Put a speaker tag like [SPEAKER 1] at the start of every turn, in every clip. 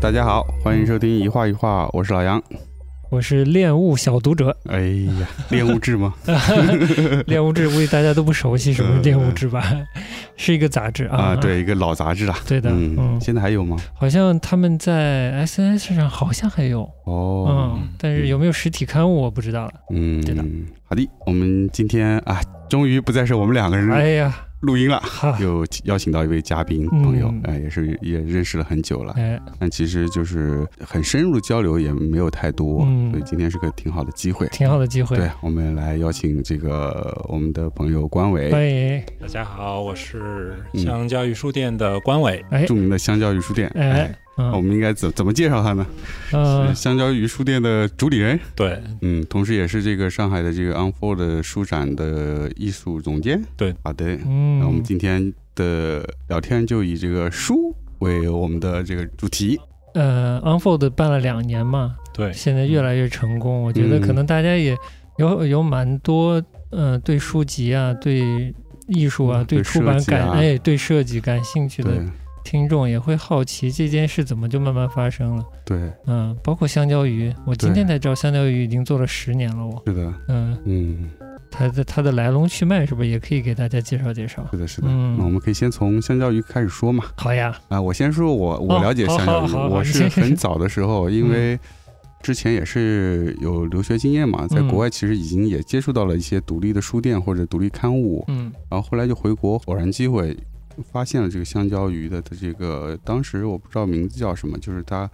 [SPEAKER 1] 大家好，欢迎收听一画一画，我是老杨。
[SPEAKER 2] 我是恋物小 读者，
[SPEAKER 1] 哎 呀，恋物志吗？
[SPEAKER 2] 恋物志估计大家都不熟悉什么是恋物志吧？ 是一个杂志啊，
[SPEAKER 1] 嗯啊，对，一个老杂志了。
[SPEAKER 2] 对的，
[SPEAKER 1] 嗯，
[SPEAKER 2] 嗯，
[SPEAKER 1] 现在还有吗？
[SPEAKER 2] 好像他们在 SNS 上好像还有，
[SPEAKER 1] 哦，
[SPEAKER 2] 嗯，但是有没有实体刊物我不知道了。
[SPEAKER 1] 嗯，
[SPEAKER 2] 对的。
[SPEAKER 1] 好的，我们今天啊，终于不再是我们两个人
[SPEAKER 2] 哎呀，
[SPEAKER 1] 录音了，
[SPEAKER 2] 哈，
[SPEAKER 1] 又邀请到一位嘉宾朋友
[SPEAKER 2] 嗯，
[SPEAKER 1] 哎，也是也认识了很久了，
[SPEAKER 2] 哎，
[SPEAKER 1] 但其实就是很深入的交流也没有太多，
[SPEAKER 2] 嗯
[SPEAKER 1] 所以今天是个挺好的机会。
[SPEAKER 2] 挺好的机会，
[SPEAKER 1] 对，我们来邀请这个我们的朋友关伟，
[SPEAKER 2] 欢迎，
[SPEAKER 3] 大家好，我是
[SPEAKER 1] 嗯
[SPEAKER 3] 香蕉育书店的关伟。
[SPEAKER 2] 哎
[SPEAKER 1] 著名的香蕉鱼书店。
[SPEAKER 2] 哎，，
[SPEAKER 1] 那我
[SPEAKER 2] 嗯
[SPEAKER 1] 们应该怎怎么介绍他呢？是
[SPEAKER 2] 嗯，
[SPEAKER 1] 香蕉鱼书店的主理人，
[SPEAKER 3] 对
[SPEAKER 1] 嗯，同时也是这个上海的这个 Unfold 的书展的艺术总监。
[SPEAKER 3] 对，
[SPEAKER 1] 好的，那我们
[SPEAKER 2] 嗯，
[SPEAKER 1] 今天的聊天就以这个书为我们的这个主题。
[SPEAKER 2] 呃，Unfold 办了两年嘛，
[SPEAKER 3] 对，
[SPEAKER 2] 现在越来越成
[SPEAKER 1] 嗯
[SPEAKER 2] 功，我觉得可能大家也有有蛮多，呃，对书籍啊，对艺术啊，
[SPEAKER 1] 嗯对
[SPEAKER 2] 出版
[SPEAKER 1] 设计啊
[SPEAKER 2] 感，哎，对设计感兴趣的
[SPEAKER 1] 对
[SPEAKER 2] 听众也会好奇这件事怎么就慢慢发生了。
[SPEAKER 1] 对，
[SPEAKER 2] 嗯，包括香蕉鱼，我今天才知道香蕉鱼已经做了十年了。我，
[SPEAKER 1] 是的，
[SPEAKER 2] 嗯，
[SPEAKER 1] 嗯，
[SPEAKER 2] 它的它的来龙去脉是不是也可以给大家介绍介绍？
[SPEAKER 1] 是的，是的。
[SPEAKER 2] 嗯
[SPEAKER 1] 那我们可以先从香蕉鱼开始说嘛。
[SPEAKER 2] 好呀，
[SPEAKER 1] 啊，我先说我我
[SPEAKER 2] 哦
[SPEAKER 1] 了解
[SPEAKER 2] 好
[SPEAKER 1] 香蕉
[SPEAKER 2] 好
[SPEAKER 1] 鱼，
[SPEAKER 2] 好好
[SPEAKER 1] 我
[SPEAKER 2] 你
[SPEAKER 1] 是
[SPEAKER 2] 先嗯
[SPEAKER 1] 很早的时候，因为之前也是有留学经验嘛，在
[SPEAKER 2] 嗯
[SPEAKER 1] 国外其实已经也接触到了一些独立的书店或者独立刊物，
[SPEAKER 2] 嗯
[SPEAKER 1] 然后后来就回国，偶然机会发现了这个香蕉鱼的这个，当时我不知道名字叫什么，就是它。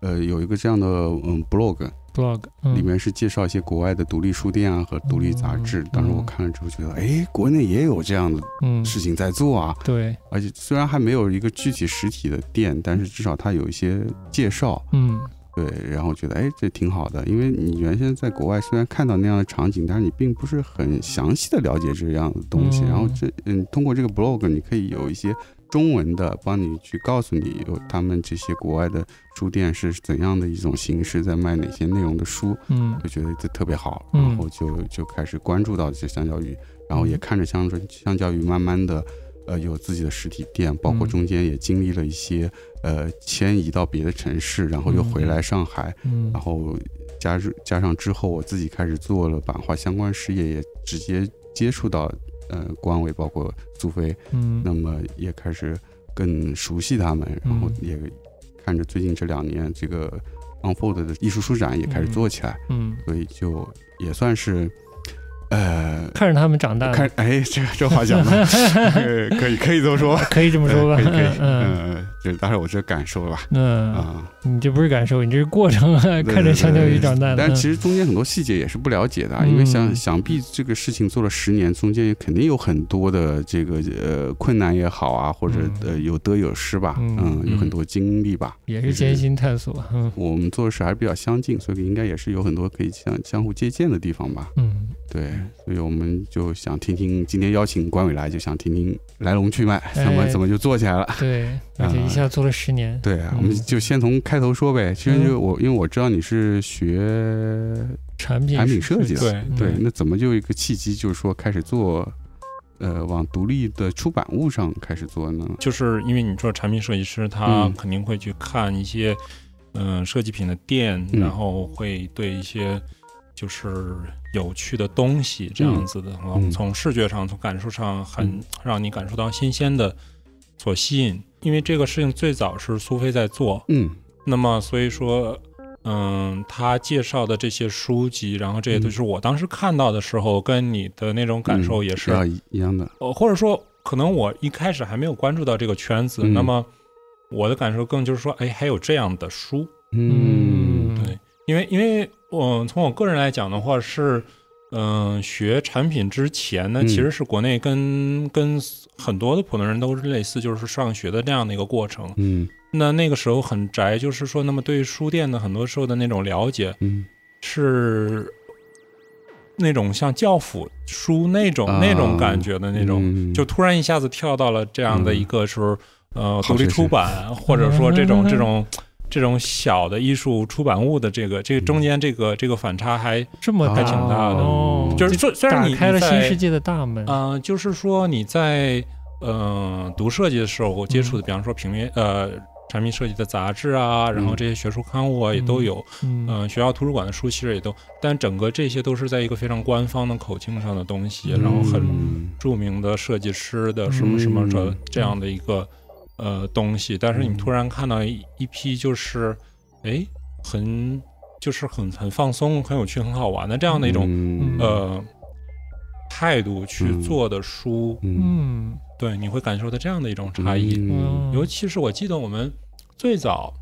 [SPEAKER 1] 呃，有一个这样的嗯 blog，
[SPEAKER 2] ，blog
[SPEAKER 1] 里
[SPEAKER 2] 嗯，
[SPEAKER 1] 面是介绍一些国外的独立书店啊和独立杂志。
[SPEAKER 2] 嗯
[SPEAKER 1] 当时我
[SPEAKER 2] 嗯
[SPEAKER 1] 看了之后觉得，哎，国内也有这样的
[SPEAKER 2] 嗯，
[SPEAKER 1] 事情在做啊。
[SPEAKER 2] 对，
[SPEAKER 1] 而且虽然还没有一个具体实体的店，但是至少它有一些介绍，
[SPEAKER 2] 嗯
[SPEAKER 1] 对，然后觉得哎，这挺好的，因为你原先在国外虽然看到那样的场景，但是你并不是很详细的了解这样的东西，
[SPEAKER 2] 嗯
[SPEAKER 1] 然后这嗯，通过这个 blog 你可以有一些中文的帮你去告诉你有他们这些国外的书店是怎样的一种形式，在卖哪些内容的书，
[SPEAKER 2] 嗯
[SPEAKER 1] 就觉得这特别好，
[SPEAKER 2] 嗯
[SPEAKER 1] 然后就就开始关注到这香蕉鱼，然后也看着香蕉
[SPEAKER 2] 嗯
[SPEAKER 1] 香蕉鱼慢慢的，呃，有自己的实体店，包括
[SPEAKER 2] 嗯
[SPEAKER 1] 中间也经历了一些呃迁移到别的城市，然后又回来上海，
[SPEAKER 2] 嗯
[SPEAKER 1] 然后加入加上之后我自己开始做了版画相关事业，也直接接触到呃关伟，包括苏菲，
[SPEAKER 2] 嗯
[SPEAKER 1] 那么也开始更熟悉他们，然后
[SPEAKER 2] 嗯
[SPEAKER 1] 也看着最近这两年这个 Unfold 的艺术书展也开始做起来。
[SPEAKER 2] 嗯，
[SPEAKER 1] 所以就也算是，呃，
[SPEAKER 2] 看着他们长大，
[SPEAKER 1] 看， 哎，这这话讲的， 呃可以可以这么说吧，
[SPEAKER 2] 可以这么说 吧
[SPEAKER 1] 呃可以，可以，
[SPEAKER 2] 嗯
[SPEAKER 1] 嗯，就是当然我这感受了吧，
[SPEAKER 2] 嗯嗯，
[SPEAKER 1] 啊，
[SPEAKER 2] 你这不是感受，你这是过程啊，
[SPEAKER 1] 对
[SPEAKER 2] 看着香蕉
[SPEAKER 1] 对对
[SPEAKER 2] 鱼长大的，
[SPEAKER 1] 但是其
[SPEAKER 2] 实
[SPEAKER 1] 实中间很多细节也是不了解的啊，因为想
[SPEAKER 2] 嗯
[SPEAKER 1] 想必这个事情做了十年，中间也肯定有很多的这个呃困难也好啊，或者
[SPEAKER 2] 嗯
[SPEAKER 1] 呃有得有失吧，
[SPEAKER 2] 嗯
[SPEAKER 1] 嗯，有
[SPEAKER 3] 嗯
[SPEAKER 1] 很多经历吧，
[SPEAKER 2] 也是艰辛探索，嗯
[SPEAKER 1] 我们做的事还是比较相近，所以应该也是有很多可以相相互借鉴的地方吧。
[SPEAKER 2] 嗯。
[SPEAKER 1] 对，所以我们就想听听，今天邀请关伟来，就想听听来龙去脉，怎么怎么就做起来了。
[SPEAKER 2] 对，而
[SPEAKER 1] 啊
[SPEAKER 2] 且一下做了十年。
[SPEAKER 1] 对啊，
[SPEAKER 2] 嗯
[SPEAKER 1] 我们就先从开头说呗。其实就我，因为我知道你是学
[SPEAKER 2] 产品
[SPEAKER 1] 产品设计的
[SPEAKER 3] 对，
[SPEAKER 1] 对，
[SPEAKER 2] 嗯
[SPEAKER 1] 那怎么就有一个契机，就是说开始做，呃，往独立的出版物上开始做呢？
[SPEAKER 3] 就是因为你做产品设计师，他
[SPEAKER 1] 嗯
[SPEAKER 3] 肯定会去看一些嗯、设计品的店，
[SPEAKER 1] 嗯
[SPEAKER 3] 然后会对一些就是有趣的东西这样子的，然后
[SPEAKER 1] 嗯
[SPEAKER 3] 从视觉上、从感受上很
[SPEAKER 1] 嗯
[SPEAKER 3] 让你感受到新鲜的所吸引。因为这个事情最早是苏菲在做，
[SPEAKER 1] 嗯
[SPEAKER 3] 那么所以说，嗯，他介绍的这些书籍，然后这些都
[SPEAKER 1] 嗯
[SPEAKER 3] 是我当时看到的时候，跟你的那种感受也是，
[SPEAKER 1] 啊一一样的。
[SPEAKER 3] 呃，或者说可能我一开始还没有关注到这个圈子，
[SPEAKER 1] 嗯
[SPEAKER 3] 那么我的感受更就是说，哎，还有这样的书，
[SPEAKER 1] 嗯
[SPEAKER 3] 对因为因为我、从我个人来讲的话是。嗯，学产品之前呢，
[SPEAKER 1] 嗯
[SPEAKER 3] 其实是国内跟跟很多的普通人都是类似，就是上学的这样的一个过程。
[SPEAKER 1] 嗯
[SPEAKER 3] 那那个时候很宅，就是说，那么对书店的很多时候的那种了解，
[SPEAKER 1] 嗯
[SPEAKER 3] 是那种像教辅书那种、那种感觉的那种，
[SPEAKER 1] 嗯
[SPEAKER 3] 就突然一下子跳到了这样的一个时候，呃，独立出版或者
[SPEAKER 2] 嗯
[SPEAKER 3] 说这种这种。这种小的艺术出版物的这个，这个中间这个这个反差还
[SPEAKER 2] 这么
[SPEAKER 3] 还挺大的
[SPEAKER 2] 哦
[SPEAKER 1] 嗯，
[SPEAKER 3] 就是虽虽然
[SPEAKER 2] 打
[SPEAKER 3] 你
[SPEAKER 2] 开了新世
[SPEAKER 3] 界，
[SPEAKER 2] 界的大门。
[SPEAKER 3] 嗯、就是说你在嗯、呃读设计的时候接
[SPEAKER 1] 嗯
[SPEAKER 3] 触的，比方说平面呃产品设计的杂志啊，然后
[SPEAKER 1] 嗯
[SPEAKER 3] 这些学术刊物啊也都有，
[SPEAKER 2] 嗯，
[SPEAKER 3] 嗯，学校图书馆的书其实也都，但整个这些都是在一个非常官方的口径上的东西，然后很
[SPEAKER 1] 嗯
[SPEAKER 3] 著名的设计师的什么什么这
[SPEAKER 1] 嗯
[SPEAKER 3] 这样的一个呃东西，但是你突然看到一一批就是，哎，很就是很很放松、很有趣、很好玩的这样的一种、
[SPEAKER 1] 嗯
[SPEAKER 3] 呃态度去
[SPEAKER 1] 嗯
[SPEAKER 3] 做的书，
[SPEAKER 1] 嗯
[SPEAKER 2] 嗯，
[SPEAKER 3] 对，你会感受到这样的一种差异。
[SPEAKER 1] 嗯
[SPEAKER 3] 尤其是我记得我们最早，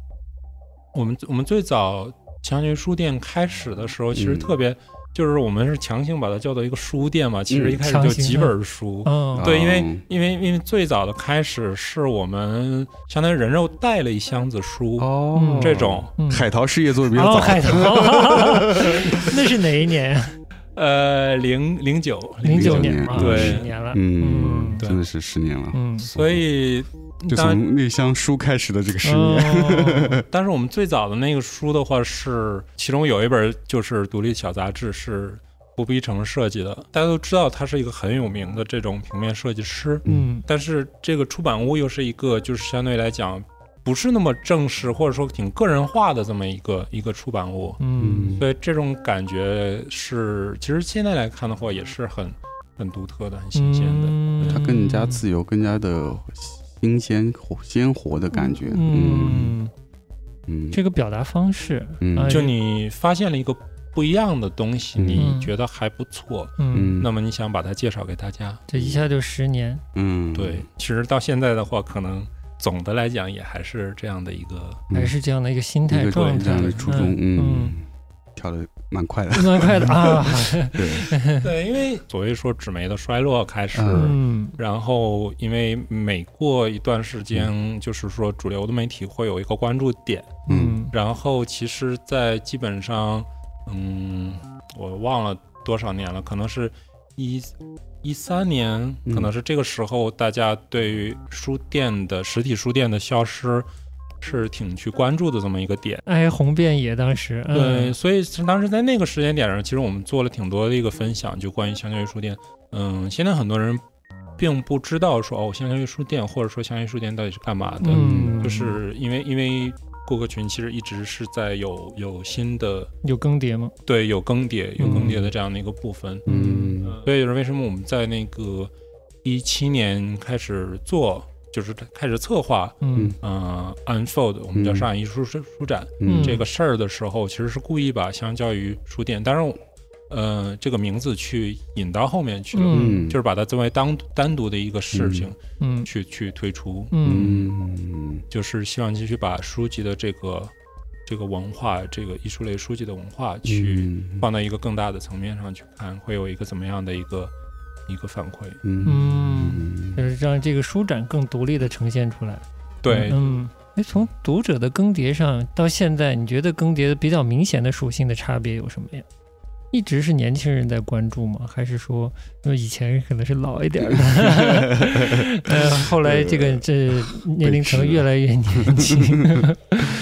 [SPEAKER 3] 我们我们最早强行书店开始的时候，其实
[SPEAKER 1] 嗯
[SPEAKER 3] 特别、就是我们是强行把它叫做一个书店嘛，其实
[SPEAKER 1] 嗯
[SPEAKER 3] 一开始
[SPEAKER 2] 强
[SPEAKER 3] 就
[SPEAKER 2] 行
[SPEAKER 3] 几
[SPEAKER 2] 的
[SPEAKER 3] 本书。
[SPEAKER 2] 嗯，
[SPEAKER 3] 对，因
[SPEAKER 1] 哦
[SPEAKER 3] 为因为因为最早的开始是我们相当于人肉带了一箱子书，
[SPEAKER 1] 哦
[SPEAKER 2] 嗯
[SPEAKER 3] 这种
[SPEAKER 2] 嗯
[SPEAKER 1] 海淘事业做的比较
[SPEAKER 2] 哦，
[SPEAKER 1] 早，
[SPEAKER 2] 海淘，那是哪一年？
[SPEAKER 3] 呃零零九
[SPEAKER 2] 零
[SPEAKER 1] 09
[SPEAKER 2] 九
[SPEAKER 1] 年
[SPEAKER 2] 嘛，
[SPEAKER 3] 对
[SPEAKER 2] 十年了。
[SPEAKER 1] 嗯，
[SPEAKER 3] 对
[SPEAKER 1] 真的是十年了，
[SPEAKER 2] 嗯，
[SPEAKER 3] 所以
[SPEAKER 1] 就
[SPEAKER 3] 当
[SPEAKER 1] 从那箱书开始的这个十年，
[SPEAKER 2] 年，
[SPEAKER 3] 但是我们最早的那个书的话是，其中有一本就是独立小杂志，是胡碧成设计的。大家都知道他是一个很有名的这种平面设计师，
[SPEAKER 2] 嗯
[SPEAKER 3] 但是这个出版物又是一个就是相对来讲不是那么正式或者说挺个人化的这么一个一个出版物，
[SPEAKER 2] 嗯，
[SPEAKER 3] 所以这种感觉是其实现在来看的话也是很很独特的、很新鲜的。
[SPEAKER 2] 嗯
[SPEAKER 1] 它更加自由，更加的新鲜、活鲜活的感觉。嗯
[SPEAKER 2] 嗯，
[SPEAKER 1] 嗯，
[SPEAKER 2] 这个表达方式，
[SPEAKER 1] 嗯
[SPEAKER 2] 哎
[SPEAKER 3] 就你发现了一个不一样的东西，
[SPEAKER 1] 嗯
[SPEAKER 3] 你觉得还不错，
[SPEAKER 1] 嗯
[SPEAKER 2] 嗯，
[SPEAKER 3] 那么你想把它介绍给大家。
[SPEAKER 2] 这一下就十年，
[SPEAKER 1] 嗯
[SPEAKER 3] 对，，其实到现在的话，可能总的来讲也还是这样的一个，
[SPEAKER 1] 嗯
[SPEAKER 2] 还是这样的一个心
[SPEAKER 1] 一
[SPEAKER 2] 态
[SPEAKER 1] 个
[SPEAKER 2] 状
[SPEAKER 1] 这
[SPEAKER 2] 态
[SPEAKER 1] 样的初衷，
[SPEAKER 2] 嗯，
[SPEAKER 1] 嗯，跳的蛮快的，
[SPEAKER 2] 蛮快的啊，
[SPEAKER 1] 对，
[SPEAKER 3] 对，因为 所谓说纸媒的衰落开始，
[SPEAKER 1] 嗯
[SPEAKER 2] 嗯
[SPEAKER 3] 然后因为每过一段时间，就是说主流的媒体会有一个关注点，
[SPEAKER 1] 嗯
[SPEAKER 2] 嗯
[SPEAKER 3] 然后其实，在基本上，嗯，我忘了多少年了，可能是一。一三年
[SPEAKER 1] 嗯
[SPEAKER 3] 可能是这个时候，大家对于书店的实体书店的消失是挺去关注的这么一个点。
[SPEAKER 2] 哀鸿遍野，当时，
[SPEAKER 3] 对，
[SPEAKER 2] 嗯
[SPEAKER 3] 所以是当时在那个时间点上，其实我们做了挺多的一个分享，就关于相当于书店。嗯，现在很多人并不知道说哦，相当于书店或者说相当于书店到底是干嘛的，
[SPEAKER 2] 嗯，
[SPEAKER 3] 就是因为因为顾客群其实一直是在有有新的
[SPEAKER 2] 有更迭吗？
[SPEAKER 3] 对有更迭有更迭
[SPEAKER 1] 嗯
[SPEAKER 3] 的这样的一个部分，
[SPEAKER 1] 嗯
[SPEAKER 3] 所以也是为什么我们在那个一七年开始做，就是开始策划。
[SPEAKER 2] 嗯
[SPEAKER 3] 嗯、u n f o l d 我们叫
[SPEAKER 1] 嗯
[SPEAKER 3] 上海艺术书书展，
[SPEAKER 1] 嗯
[SPEAKER 3] 这个事儿的时候，其实是故意把相较于书店，当然我，呃，这个名字去引到后面去了，
[SPEAKER 1] 嗯，
[SPEAKER 3] 就是把它作为当单独的一个事情
[SPEAKER 2] 嗯
[SPEAKER 3] 去、去推出，
[SPEAKER 2] 嗯
[SPEAKER 1] 嗯
[SPEAKER 3] 就是希望继续把书籍的这个这个文化，这个艺术类书籍的文化
[SPEAKER 1] 嗯
[SPEAKER 3] 去放到一个更大的层面上去看，会有一个怎么样的一个一个反馈？
[SPEAKER 1] 嗯
[SPEAKER 2] 就是让这个书展更独立的呈现出来。
[SPEAKER 3] 对，
[SPEAKER 2] 嗯，哎，从读者的更迭上到现在，你觉得更迭比较明显的属性的差别有什么呀？一直是年轻人在关注吗？还是说，呃以前可能是老一点儿的， 呃，后来这个这年龄层越来越年轻。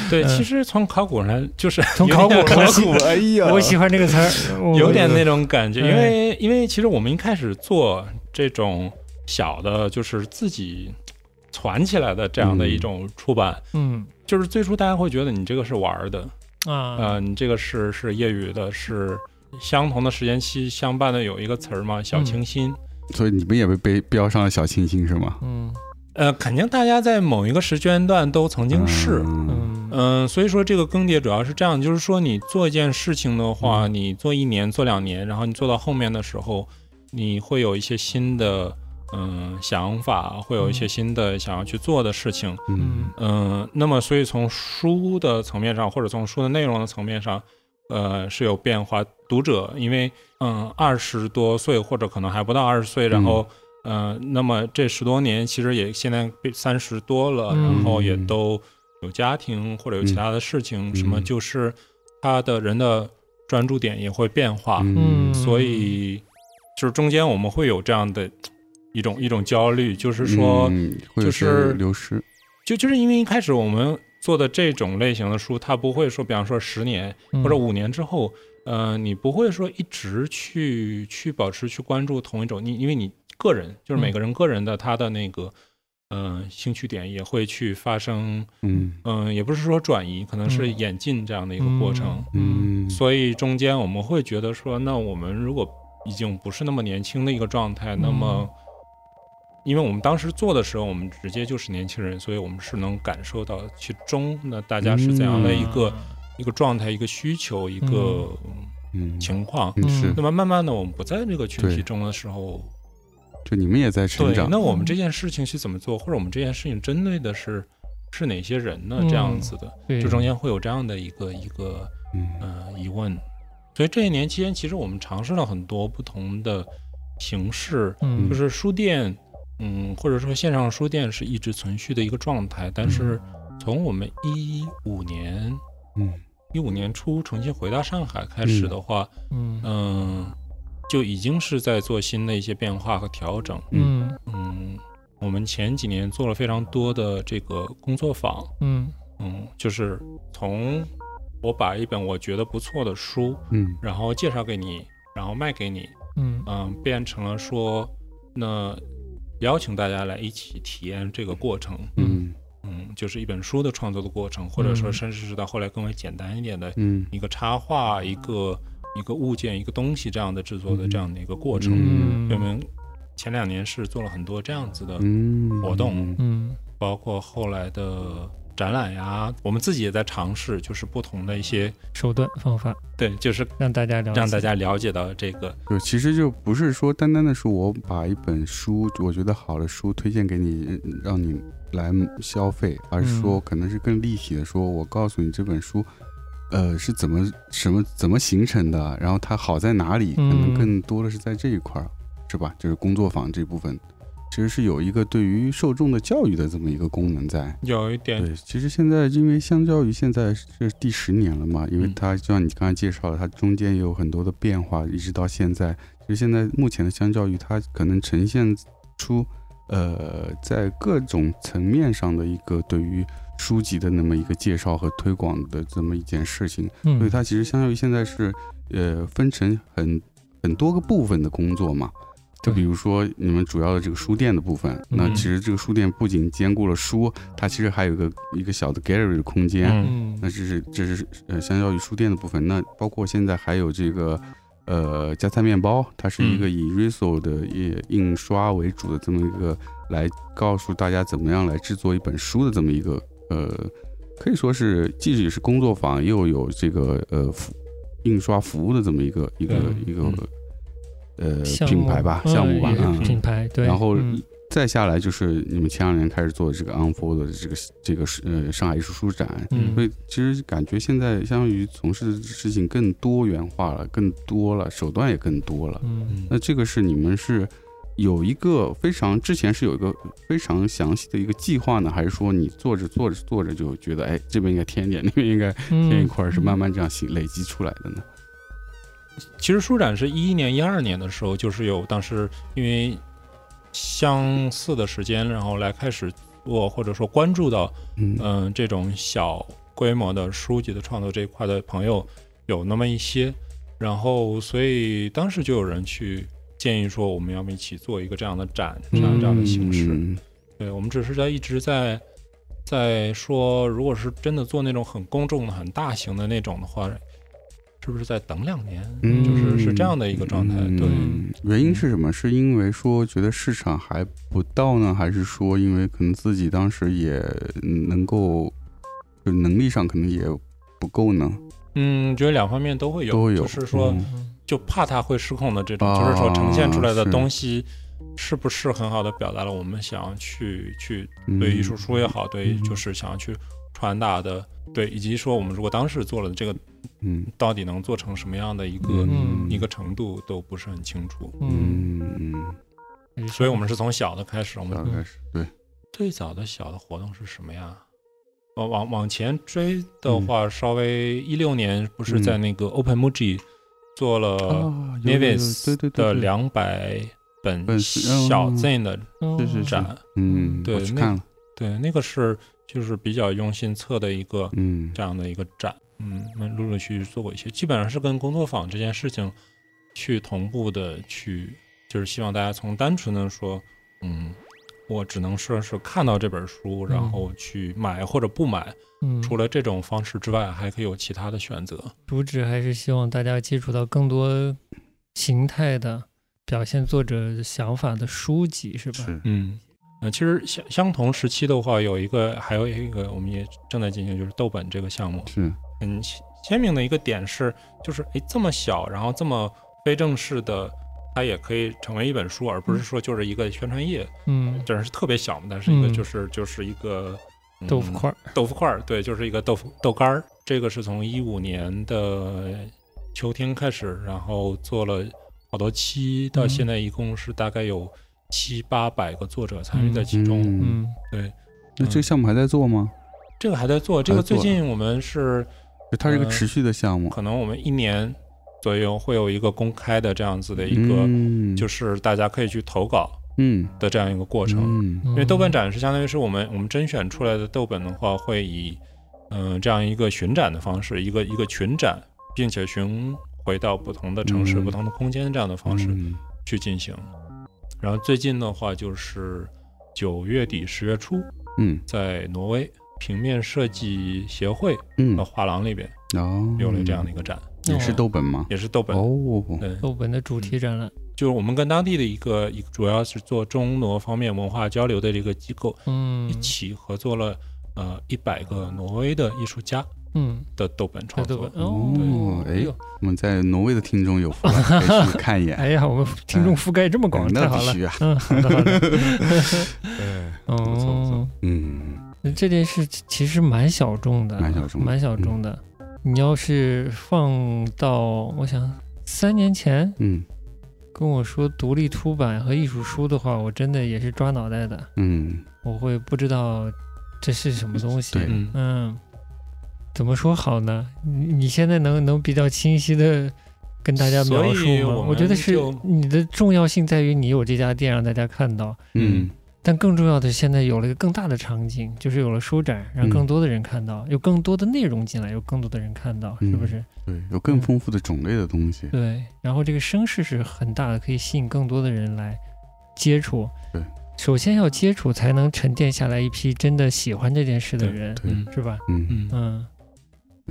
[SPEAKER 3] 对，
[SPEAKER 2] 嗯
[SPEAKER 3] 其实从考古上就是
[SPEAKER 2] 从
[SPEAKER 3] 有
[SPEAKER 2] 考古
[SPEAKER 3] 点
[SPEAKER 2] 上
[SPEAKER 1] 考古，哎呀，
[SPEAKER 2] 我喜欢这个词儿，我
[SPEAKER 3] 有点那种感觉，
[SPEAKER 2] 嗯
[SPEAKER 3] 因为因为其实我们一开始做这种小的，就是自己攒起来的这样的一种出版，
[SPEAKER 2] 嗯
[SPEAKER 3] 就是最初大家会觉得你这个是玩儿的，
[SPEAKER 2] 啊，
[SPEAKER 3] 呃，你这个是是业余的，是相同的时间期相伴的有一个词儿嘛，小清新。
[SPEAKER 1] 所以你们也被被标上了小清新是吗？
[SPEAKER 2] 嗯
[SPEAKER 3] 呃，肯定大家在某一个时间段都曾经是，
[SPEAKER 1] 嗯
[SPEAKER 2] 嗯
[SPEAKER 3] 嗯、所以说这个更迭主要是这样，就是说你做一件事情的话，你做一年、做两年，然后你做到后面的时候，你会有一些新的嗯、想法，会有一些
[SPEAKER 2] 嗯
[SPEAKER 3] 新的想要去做的事情。
[SPEAKER 2] 嗯
[SPEAKER 3] 嗯、那么所以从书的层面上，或者从书的内容的层面上，呃，是有变化。读者因为嗯二十多岁或者可能还不到二十岁，
[SPEAKER 1] 嗯
[SPEAKER 3] 然后、呃，那么这十多年其实也现在三十多了，
[SPEAKER 2] 嗯
[SPEAKER 3] 然后也都有家庭或者有其他的事情，
[SPEAKER 1] 嗯
[SPEAKER 3] 什么
[SPEAKER 1] 嗯
[SPEAKER 3] 就是他的人的专注点也会变化，
[SPEAKER 1] 嗯
[SPEAKER 2] 嗯
[SPEAKER 3] 所以就是中间我们会有这样的一种一种焦虑，就是说，
[SPEAKER 1] 嗯会有
[SPEAKER 3] 就
[SPEAKER 1] 些
[SPEAKER 3] 是
[SPEAKER 1] 流失，
[SPEAKER 3] 就就是因为一开始我们做的这种类型的书，它不会说，比方说十年
[SPEAKER 2] 嗯
[SPEAKER 3] 或者五年之后，呃，你不会说一直去去保持去关注同一种，你因为你个人就是
[SPEAKER 2] 嗯
[SPEAKER 3] 每个人个人的他的那个。嗯、兴趣点也会去发生，
[SPEAKER 1] 嗯
[SPEAKER 3] 嗯、也不是说转移，可能是
[SPEAKER 2] 嗯
[SPEAKER 3] 演进这样的一个过程。
[SPEAKER 2] 嗯
[SPEAKER 1] 嗯，
[SPEAKER 3] 所以中间我们会觉得说，那我们如果已经不是那么年轻的一个状态，那么，
[SPEAKER 1] 嗯
[SPEAKER 3] 因为我们当时做的时候，我们直接就是年轻人，所以我们是能感受到其中那大家是怎样
[SPEAKER 2] 嗯
[SPEAKER 3] 的一个、一个状态、一个需求、一个
[SPEAKER 1] 嗯
[SPEAKER 3] 情况。
[SPEAKER 1] 嗯是
[SPEAKER 2] 嗯
[SPEAKER 3] 那么慢慢的，我们不在这个群体
[SPEAKER 1] 对
[SPEAKER 3] 中的时候，
[SPEAKER 1] 就你们也在成，
[SPEAKER 3] 对
[SPEAKER 1] 长，
[SPEAKER 3] 那我们这件事情去怎么做，或者我们这件事情针对的是是哪些人呢？这样
[SPEAKER 2] 嗯
[SPEAKER 3] 子的，
[SPEAKER 2] 对
[SPEAKER 3] 这中间会有这样的一个一个
[SPEAKER 1] 嗯
[SPEAKER 3] 呃疑问。所以这一年期间，其实我们尝试了很多不同的形式，
[SPEAKER 2] 嗯
[SPEAKER 3] 就是书店，嗯，或者说线上书店是一直存续的一个状态。但是从我们一五年
[SPEAKER 1] 嗯
[SPEAKER 3] 一五年初重新回到上海开始的话，
[SPEAKER 2] 嗯
[SPEAKER 3] 嗯、就已经是在做新的一些变化和调整。
[SPEAKER 2] 嗯
[SPEAKER 3] 嗯，我们前几年做了非常多的这个工作坊，
[SPEAKER 2] 嗯
[SPEAKER 3] 嗯，就是从我把一本我觉得不错的书，
[SPEAKER 1] 嗯
[SPEAKER 3] 然后介绍给你，然后卖给你，
[SPEAKER 2] 嗯
[SPEAKER 3] 嗯，变成了说，那邀请大家来一起体验这个过程，
[SPEAKER 1] 嗯
[SPEAKER 3] 嗯，就是一本书的创作的过程，或者说甚至是到后来更为简单一点的
[SPEAKER 1] 嗯
[SPEAKER 3] 一个插画、一个一个物件、一个东西这样的制作的这样的一个过程。
[SPEAKER 1] 嗯
[SPEAKER 3] 我们前两年是做了很多这样子的，
[SPEAKER 1] 嗯
[SPEAKER 3] 活动
[SPEAKER 2] 嗯
[SPEAKER 3] 包括后来的展览呀，我们自己也在尝试，就是不同的一些，
[SPEAKER 2] 手段方法
[SPEAKER 3] 对，就是
[SPEAKER 2] 让大家了解，
[SPEAKER 3] 让大家了解到这个
[SPEAKER 1] 就其实就不是说单单的是我把一本书，我觉得好的书推荐给你，嗯让你来消费，而是说可能是更立体的说，我告诉你这本书，呃，是怎么什么怎么形成的，然后它好在哪里，可
[SPEAKER 2] 嗯
[SPEAKER 1] 能更多的是在这一块儿，是吧？就是工作坊这部分，其实是有一个对于受众的教育的这么一个功能在。
[SPEAKER 3] 有一点
[SPEAKER 1] 对，其实现在因为相较于现在这是第十年了嘛，因为
[SPEAKER 3] 嗯
[SPEAKER 1] 它就像你刚才介绍的，它中间也有很多的变化，一直到现在。其实现在目前的相较于它可能呈现出，呃，在各种层面上的一个对于书籍的那么一个介绍和推广的这么一件事情，
[SPEAKER 2] 嗯，
[SPEAKER 1] 所以它其实相当于现在是呃分成很很多个部分的工作嘛。就比
[SPEAKER 2] 对
[SPEAKER 1] 如说你们主要的这个书店的部分，那
[SPEAKER 3] 嗯
[SPEAKER 1] 其实这个书店不仅兼顾了书，它其实还有一个一个小的 gallery 的空间。
[SPEAKER 3] 嗯
[SPEAKER 2] 嗯
[SPEAKER 1] 那这是这是呃相较于书店的部分，那包括现在还有这个。呃，加菜面包，它是一
[SPEAKER 2] 嗯
[SPEAKER 1] 个以 Riso 的印印刷为主的这么一个，来告诉大家怎么样来制作一本书的这么一个，呃，可以说是既是工作坊，又有这个呃服印刷服务的这么一个一个
[SPEAKER 3] 嗯
[SPEAKER 1] 一个
[SPEAKER 3] 嗯
[SPEAKER 1] 呃
[SPEAKER 2] 项目
[SPEAKER 1] 品牌吧，
[SPEAKER 2] 嗯
[SPEAKER 1] 项目吧
[SPEAKER 2] 也，
[SPEAKER 1] 嗯，
[SPEAKER 2] 品牌对，
[SPEAKER 1] 然后
[SPEAKER 2] 嗯
[SPEAKER 1] 再下来就是你们前两年开始做这个 Unfold 的这个这个呃上海艺术书展，
[SPEAKER 2] 嗯
[SPEAKER 1] 所以其实感觉现在相当于从事的事情更多元化了，更多了，手段也更多了。
[SPEAKER 2] 嗯
[SPEAKER 3] 嗯
[SPEAKER 1] 那这个是你们是有一个非常之前是有一个非常详细的一个计划呢，还是说你做着做着做着就觉得哎这边应该添一点，那边应该添一
[SPEAKER 2] 嗯
[SPEAKER 1] 块儿，是慢慢这样形累积出来的呢？
[SPEAKER 3] 其实书展是一一年、一二年的时候，就是有当时因为相似的时间，然后来开始做或者说关注到
[SPEAKER 1] 嗯
[SPEAKER 3] 嗯、这种小规模的书籍的创作这一块的朋友有那么一些，然后所以当时就有人去建议说，我们要不一起做一个这样的展，这呃样这样的形式。
[SPEAKER 1] 嗯
[SPEAKER 3] 对，我们只是在一直在在说，如果是真的做那种很公众的、很大型的那种的话，是不是再等两年？
[SPEAKER 1] 嗯
[SPEAKER 3] 就是是这样的一个状态。对，
[SPEAKER 1] 嗯原因是什么？是因为说觉得市场还不到呢，还是说因为可能自己当时也能够，就能力上可能也不够呢？
[SPEAKER 3] 嗯，觉得两方面都会有，
[SPEAKER 1] 都会有
[SPEAKER 3] 就是说，
[SPEAKER 1] 嗯
[SPEAKER 3] 就怕它会失控的这种，
[SPEAKER 1] 啊
[SPEAKER 3] 就是说呈现出来的
[SPEAKER 1] 是
[SPEAKER 3] 东西。是不是很好的表达了我们想要去去
[SPEAKER 1] 嗯
[SPEAKER 3] 对艺术书也好，对
[SPEAKER 1] 嗯
[SPEAKER 3] 就是想要去传达的，对，以及说我们如果当时做了这个，
[SPEAKER 1] 嗯
[SPEAKER 3] 到底能做成什么样的一个、
[SPEAKER 1] 嗯
[SPEAKER 3] 一个程度都不是很清楚。
[SPEAKER 2] 嗯，
[SPEAKER 1] 嗯嗯，
[SPEAKER 3] 所以我们是从小的开始。我们
[SPEAKER 1] 大概是对，
[SPEAKER 3] 最早的小的活动是什么呀？呃往往前追的
[SPEAKER 1] 嗯
[SPEAKER 3] 话，稍微一六年不是在那个 OpenMuji 做了
[SPEAKER 1] 啊，有有有
[SPEAKER 3] 呃 Nevis
[SPEAKER 1] 对对
[SPEAKER 3] 的
[SPEAKER 1] 对对，
[SPEAKER 3] 两百本
[SPEAKER 1] 本嗯
[SPEAKER 3] 小 Z 的
[SPEAKER 1] 是是是
[SPEAKER 3] 展，
[SPEAKER 1] 嗯，
[SPEAKER 3] 对
[SPEAKER 1] 我去
[SPEAKER 3] 那
[SPEAKER 1] 看了，
[SPEAKER 3] 对，那个是就是比较用心测的一个
[SPEAKER 1] 嗯
[SPEAKER 3] 这样的一个展，嗯，那陆陆续续做过一些，基本上是跟工作坊这件事情去同步的去，就是希望大家从单纯的说，嗯，我只能说是看到这本书，然
[SPEAKER 2] 嗯
[SPEAKER 3] 后去买或者不买，
[SPEAKER 2] 嗯，
[SPEAKER 3] 除了这种方式之外，还可以有其他的选择。
[SPEAKER 2] 主旨还是希望大家接触到更多形态的表现作者想法的书籍，是吧？
[SPEAKER 1] 是
[SPEAKER 3] 嗯，呃，其实相相同时期的话，有一个还有一个我们也正在进行，就是豆本这个项目，嗯
[SPEAKER 1] 是，
[SPEAKER 3] 很鲜鲜明的一个点是，就是诶这么小，然后这么非正式的，它也可以成为一本书，而不是说就是一个宣传页，
[SPEAKER 2] 嗯，
[SPEAKER 3] 虽然是特别小嘛，但是一个
[SPEAKER 2] 嗯
[SPEAKER 3] 就是、就是一个、嗯
[SPEAKER 2] 豆腐，块儿，
[SPEAKER 3] 豆腐块儿，对，就是一个豆腐豆干儿。这个是从一五年的秋天开始，然后做了好多期，到
[SPEAKER 2] 嗯
[SPEAKER 3] 现在一共是大概有七八百个作者参与在其中。
[SPEAKER 1] 嗯，
[SPEAKER 2] 嗯
[SPEAKER 1] 那这个项目还在做吗？
[SPEAKER 3] 这个还在做，这个
[SPEAKER 1] 还在
[SPEAKER 3] 最
[SPEAKER 1] 做
[SPEAKER 3] 近我们是
[SPEAKER 1] 就它是一个
[SPEAKER 3] 呃
[SPEAKER 1] 持续的项目，
[SPEAKER 3] 可能我们一年左右会有一个公开的这样子的一个，
[SPEAKER 1] 嗯
[SPEAKER 3] 就是大家可以去投稿
[SPEAKER 1] 嗯
[SPEAKER 3] 的这样一个过程。
[SPEAKER 1] 嗯
[SPEAKER 2] 因
[SPEAKER 3] 因为豆瓣展是相当于是我们我们甄选出来的豆本的话，会以嗯、呃这样一个巡展的方式，一个一个群展，并且巡回到不同的城市、
[SPEAKER 1] 嗯
[SPEAKER 3] 不同的空间这样的方式
[SPEAKER 1] 嗯
[SPEAKER 3] 去进行。然后最近的话就是九月底十月初，
[SPEAKER 1] 嗯
[SPEAKER 3] 在挪威平面设计协会
[SPEAKER 1] 嗯
[SPEAKER 3] 的，画廊里边
[SPEAKER 1] 哦，
[SPEAKER 3] 有了这样的一个展，
[SPEAKER 2] 嗯
[SPEAKER 1] 也是豆本吗？
[SPEAKER 3] 也是豆本。
[SPEAKER 1] 哦，
[SPEAKER 3] 对，
[SPEAKER 2] 豆本的主题展览，
[SPEAKER 3] 就是我们跟当地的一个一个主要是做中挪方面文化交流的这个机构，
[SPEAKER 2] 嗯
[SPEAKER 3] 一起合作了呃一百个挪威的艺术家
[SPEAKER 2] 嗯，
[SPEAKER 3] 的豆本
[SPEAKER 2] 在
[SPEAKER 3] 创
[SPEAKER 2] 豆
[SPEAKER 3] 作
[SPEAKER 2] 本。哦
[SPEAKER 1] 哦，哎
[SPEAKER 2] 呦，
[SPEAKER 1] 我们在挪威的听众有福了，可以去看一眼。
[SPEAKER 2] 哎呀，我们听众覆盖这么
[SPEAKER 1] 哎
[SPEAKER 2] 广，
[SPEAKER 1] 那
[SPEAKER 2] 太好
[SPEAKER 1] 必
[SPEAKER 2] 了
[SPEAKER 1] 须，啊！
[SPEAKER 2] 嗯，好的好 的，
[SPEAKER 3] 对，不错不
[SPEAKER 2] 哦
[SPEAKER 3] 错，
[SPEAKER 1] 嗯，
[SPEAKER 2] 那这件事其实蛮小众的，
[SPEAKER 1] 蛮小众的嗯
[SPEAKER 2] 蛮小众的。你要是放到我想三年前
[SPEAKER 1] 嗯
[SPEAKER 2] 跟我说独立出版和艺术书的话，我真的也是抓脑袋的，
[SPEAKER 1] 嗯，
[SPEAKER 2] 我会不知道这是什么东西。
[SPEAKER 1] 对
[SPEAKER 3] 嗯，
[SPEAKER 2] 嗯，怎么说好呢？你你现在能能比较清晰的跟大家描述
[SPEAKER 3] 所以
[SPEAKER 2] 吗？
[SPEAKER 3] 我
[SPEAKER 2] 我
[SPEAKER 3] 们
[SPEAKER 2] 觉得是
[SPEAKER 3] 就
[SPEAKER 2] 你的重要性在于你有这家店让大家看到，
[SPEAKER 1] 嗯
[SPEAKER 3] 嗯，
[SPEAKER 2] 但更重要的是，现在有了一个更大的场景，就是有了书展，让更多的人看到，有更多的内容进来，有更多的人看到，
[SPEAKER 1] 嗯
[SPEAKER 2] 是不是？
[SPEAKER 1] 对，有更丰富的种类的东西。
[SPEAKER 2] 对。然后这个声势是很大的，可以吸引更多的人来接触。
[SPEAKER 1] 对，
[SPEAKER 2] 首先要接触，才能沉淀下来一批真的喜欢这件事的
[SPEAKER 3] 对
[SPEAKER 2] 人，
[SPEAKER 1] 对，
[SPEAKER 3] 嗯
[SPEAKER 2] 是吧？
[SPEAKER 1] 嗯，
[SPEAKER 3] 嗯，
[SPEAKER 2] 嗯，
[SPEAKER 1] 嗯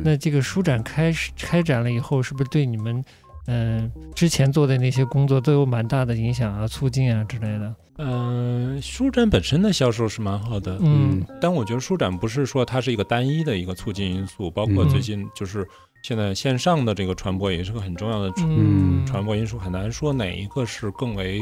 [SPEAKER 2] 那这个书展开始开展了以后，是不是对你们嗯、之前做的那些工作都有蛮大的影响啊、促进啊之类的？
[SPEAKER 3] 嗯，书展本身的销售是蛮好的，
[SPEAKER 2] 嗯
[SPEAKER 1] 嗯
[SPEAKER 3] 但我觉得书展不是说它是一个单一的一个促进因素，包括
[SPEAKER 2] 嗯
[SPEAKER 3] 最近就是现在线上的这个传播也是个很重要的
[SPEAKER 1] 嗯
[SPEAKER 3] 传播因素，很难说哪一个是更为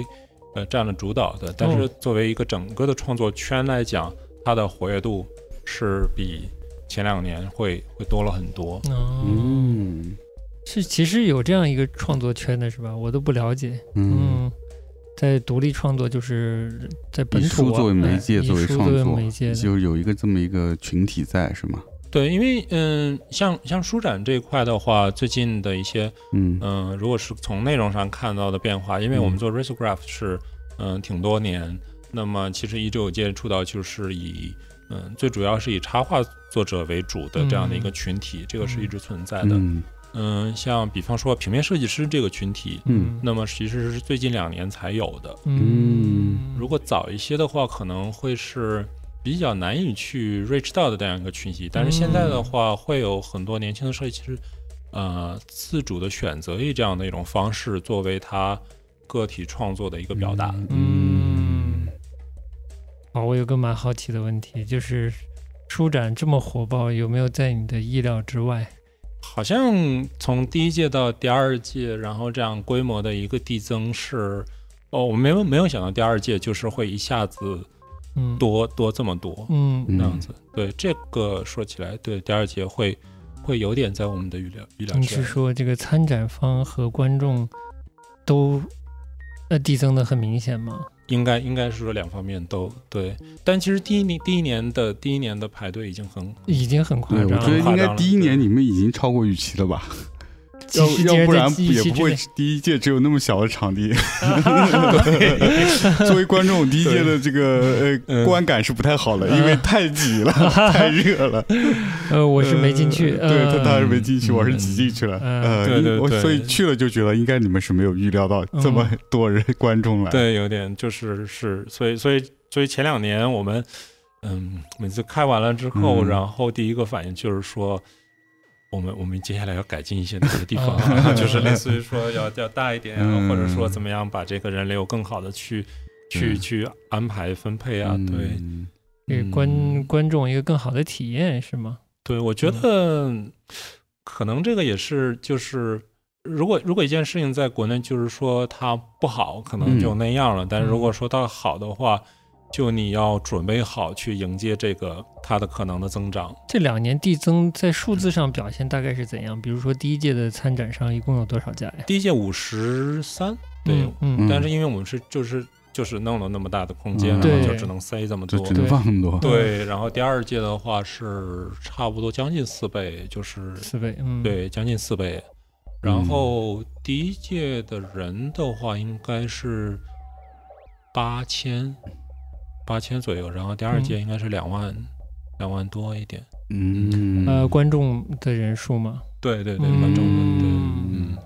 [SPEAKER 3] 呃占了主导的。但
[SPEAKER 2] 嗯
[SPEAKER 3] 是作为一个整个的创作圈来讲，它的活跃度是比前两年会会多了很多。
[SPEAKER 2] 哦，
[SPEAKER 1] 嗯
[SPEAKER 2] 是其实有这样一个创作圈的是吧？我都不了解。
[SPEAKER 1] 嗯，
[SPEAKER 2] 嗯，在独立创作就是在本
[SPEAKER 1] 以
[SPEAKER 2] 土
[SPEAKER 1] 书
[SPEAKER 2] 啊
[SPEAKER 1] 作为媒介
[SPEAKER 2] 哎以
[SPEAKER 1] 作为
[SPEAKER 2] 书
[SPEAKER 1] 创
[SPEAKER 2] 作为媒
[SPEAKER 1] 作，
[SPEAKER 2] 介
[SPEAKER 1] 就
[SPEAKER 2] 的
[SPEAKER 1] 有一个这么一个群体在，是吗？
[SPEAKER 3] 对，因为嗯，像像书展这一块的话，最近的一些
[SPEAKER 1] 嗯
[SPEAKER 3] 嗯、如果是从内容上看到的变化，因为我们做 risograph 是嗯、挺多年，那么其实一直有接触到就是以嗯、最主要是以插画作者为主的这样的一个群体，这个是一直存在的。
[SPEAKER 1] 嗯
[SPEAKER 3] 嗯，像比方说平面设计师这个群体，
[SPEAKER 1] 嗯
[SPEAKER 3] 那么其实是最近两年才有的。
[SPEAKER 1] 嗯
[SPEAKER 3] 如果早一些的话，可能会是比较难以去 reach 到的这样一个群体。但是现在
[SPEAKER 2] 嗯
[SPEAKER 3] 的话，会有很多年轻的设计师，呃，自主的选择以这样的一种方式作为他个体创作的一个表达。
[SPEAKER 2] 嗯，好，我有个蛮好奇的问题，就是书展这么火爆，有没有在你的意料之外？
[SPEAKER 3] 好像从第一届到第二届，然后这样规模的一个递增是，哦，我没有没有想到第二届就是会一下子
[SPEAKER 2] 嗯，
[SPEAKER 3] 多多这么多。
[SPEAKER 2] 嗯
[SPEAKER 1] 嗯
[SPEAKER 3] 那样子。对这个说起来，对第二节会会有点在我们的预料预料
[SPEAKER 2] 你嗯
[SPEAKER 3] 之
[SPEAKER 2] 是
[SPEAKER 3] 外。
[SPEAKER 2] 说这个参展方和观众都呃递增的很明显吗？
[SPEAKER 3] 应该应该是说两方面都对，但其实第一年第一年的第一年的排队已经很
[SPEAKER 2] 已经很夸
[SPEAKER 1] 对，我
[SPEAKER 2] 张
[SPEAKER 1] 觉得
[SPEAKER 2] 了。
[SPEAKER 1] 应该第一年你们已经超过预期了吧？
[SPEAKER 2] 其
[SPEAKER 1] 要
[SPEAKER 2] 实竟
[SPEAKER 1] 要不
[SPEAKER 2] 在
[SPEAKER 1] 然
[SPEAKER 2] 记忆
[SPEAKER 1] 也
[SPEAKER 2] 期
[SPEAKER 1] 不
[SPEAKER 2] 之
[SPEAKER 1] 会
[SPEAKER 2] 内
[SPEAKER 1] 第一届只有那么小的场地。 作为观众，第一届的这个呃
[SPEAKER 3] 嗯
[SPEAKER 1] 观感是不太好的，因为太挤了，太热了。
[SPEAKER 2] 呃，嗯 我是没进去。
[SPEAKER 1] 呃对他
[SPEAKER 2] 呃
[SPEAKER 1] 当然没进去，
[SPEAKER 3] 嗯
[SPEAKER 1] 我是挤进去了。
[SPEAKER 2] 嗯
[SPEAKER 1] 呃，
[SPEAKER 3] 对对
[SPEAKER 1] 我
[SPEAKER 3] 对
[SPEAKER 1] 所以去了就觉得应该你们是没有预料到这么
[SPEAKER 2] 嗯
[SPEAKER 1] 多人观众来。
[SPEAKER 3] 对，有点就是是，所以所以所以前两年我们，嗯，每次开完了之后，
[SPEAKER 1] 嗯
[SPEAKER 3] 然后第一个反应就是说，我们我们接下来要改进一些哪个地方
[SPEAKER 2] 啊
[SPEAKER 3] 啊，就是类似于说要要大一点啊，或者说怎么样把这个人流更好的去去
[SPEAKER 1] 嗯
[SPEAKER 3] 去安排分配啊，
[SPEAKER 1] 嗯
[SPEAKER 3] 对，
[SPEAKER 2] 给观观众一个更好的体验是吗？
[SPEAKER 3] 对，我觉得
[SPEAKER 1] 嗯
[SPEAKER 3] 可能这个也是，就是如果如果一件事情在国内就是说它不好，可能
[SPEAKER 1] 嗯
[SPEAKER 3] 就那样了；但是如果说它好的话，就你要准备好去迎接这个它的可能的增长。
[SPEAKER 2] 这两年递增在数字上表现大概是怎样？比如说第一届的参展商一共有多少家呀？
[SPEAKER 3] 第一届五十三，对，
[SPEAKER 2] 嗯嗯
[SPEAKER 1] 嗯
[SPEAKER 3] 但是因为我们是就是就是弄了那么大的空
[SPEAKER 1] 嗯
[SPEAKER 3] 间，然后就
[SPEAKER 2] 对
[SPEAKER 3] 只能塞这么
[SPEAKER 1] 就
[SPEAKER 3] 多。
[SPEAKER 1] 只能嗯放那么多。
[SPEAKER 3] 对，然后第二届的话是差不多将近四倍，就是
[SPEAKER 2] 四倍，嗯，，
[SPEAKER 3] 对，将近四倍。然后第一届的人的话，应该是八千，八千左右。然后第二届应该是两万，两、万多一点。
[SPEAKER 1] 嗯，
[SPEAKER 2] 呃，观众的人数嘛，
[SPEAKER 3] 对对对，
[SPEAKER 2] 嗯
[SPEAKER 3] 观众们对，
[SPEAKER 1] 嗯
[SPEAKER 3] 嗯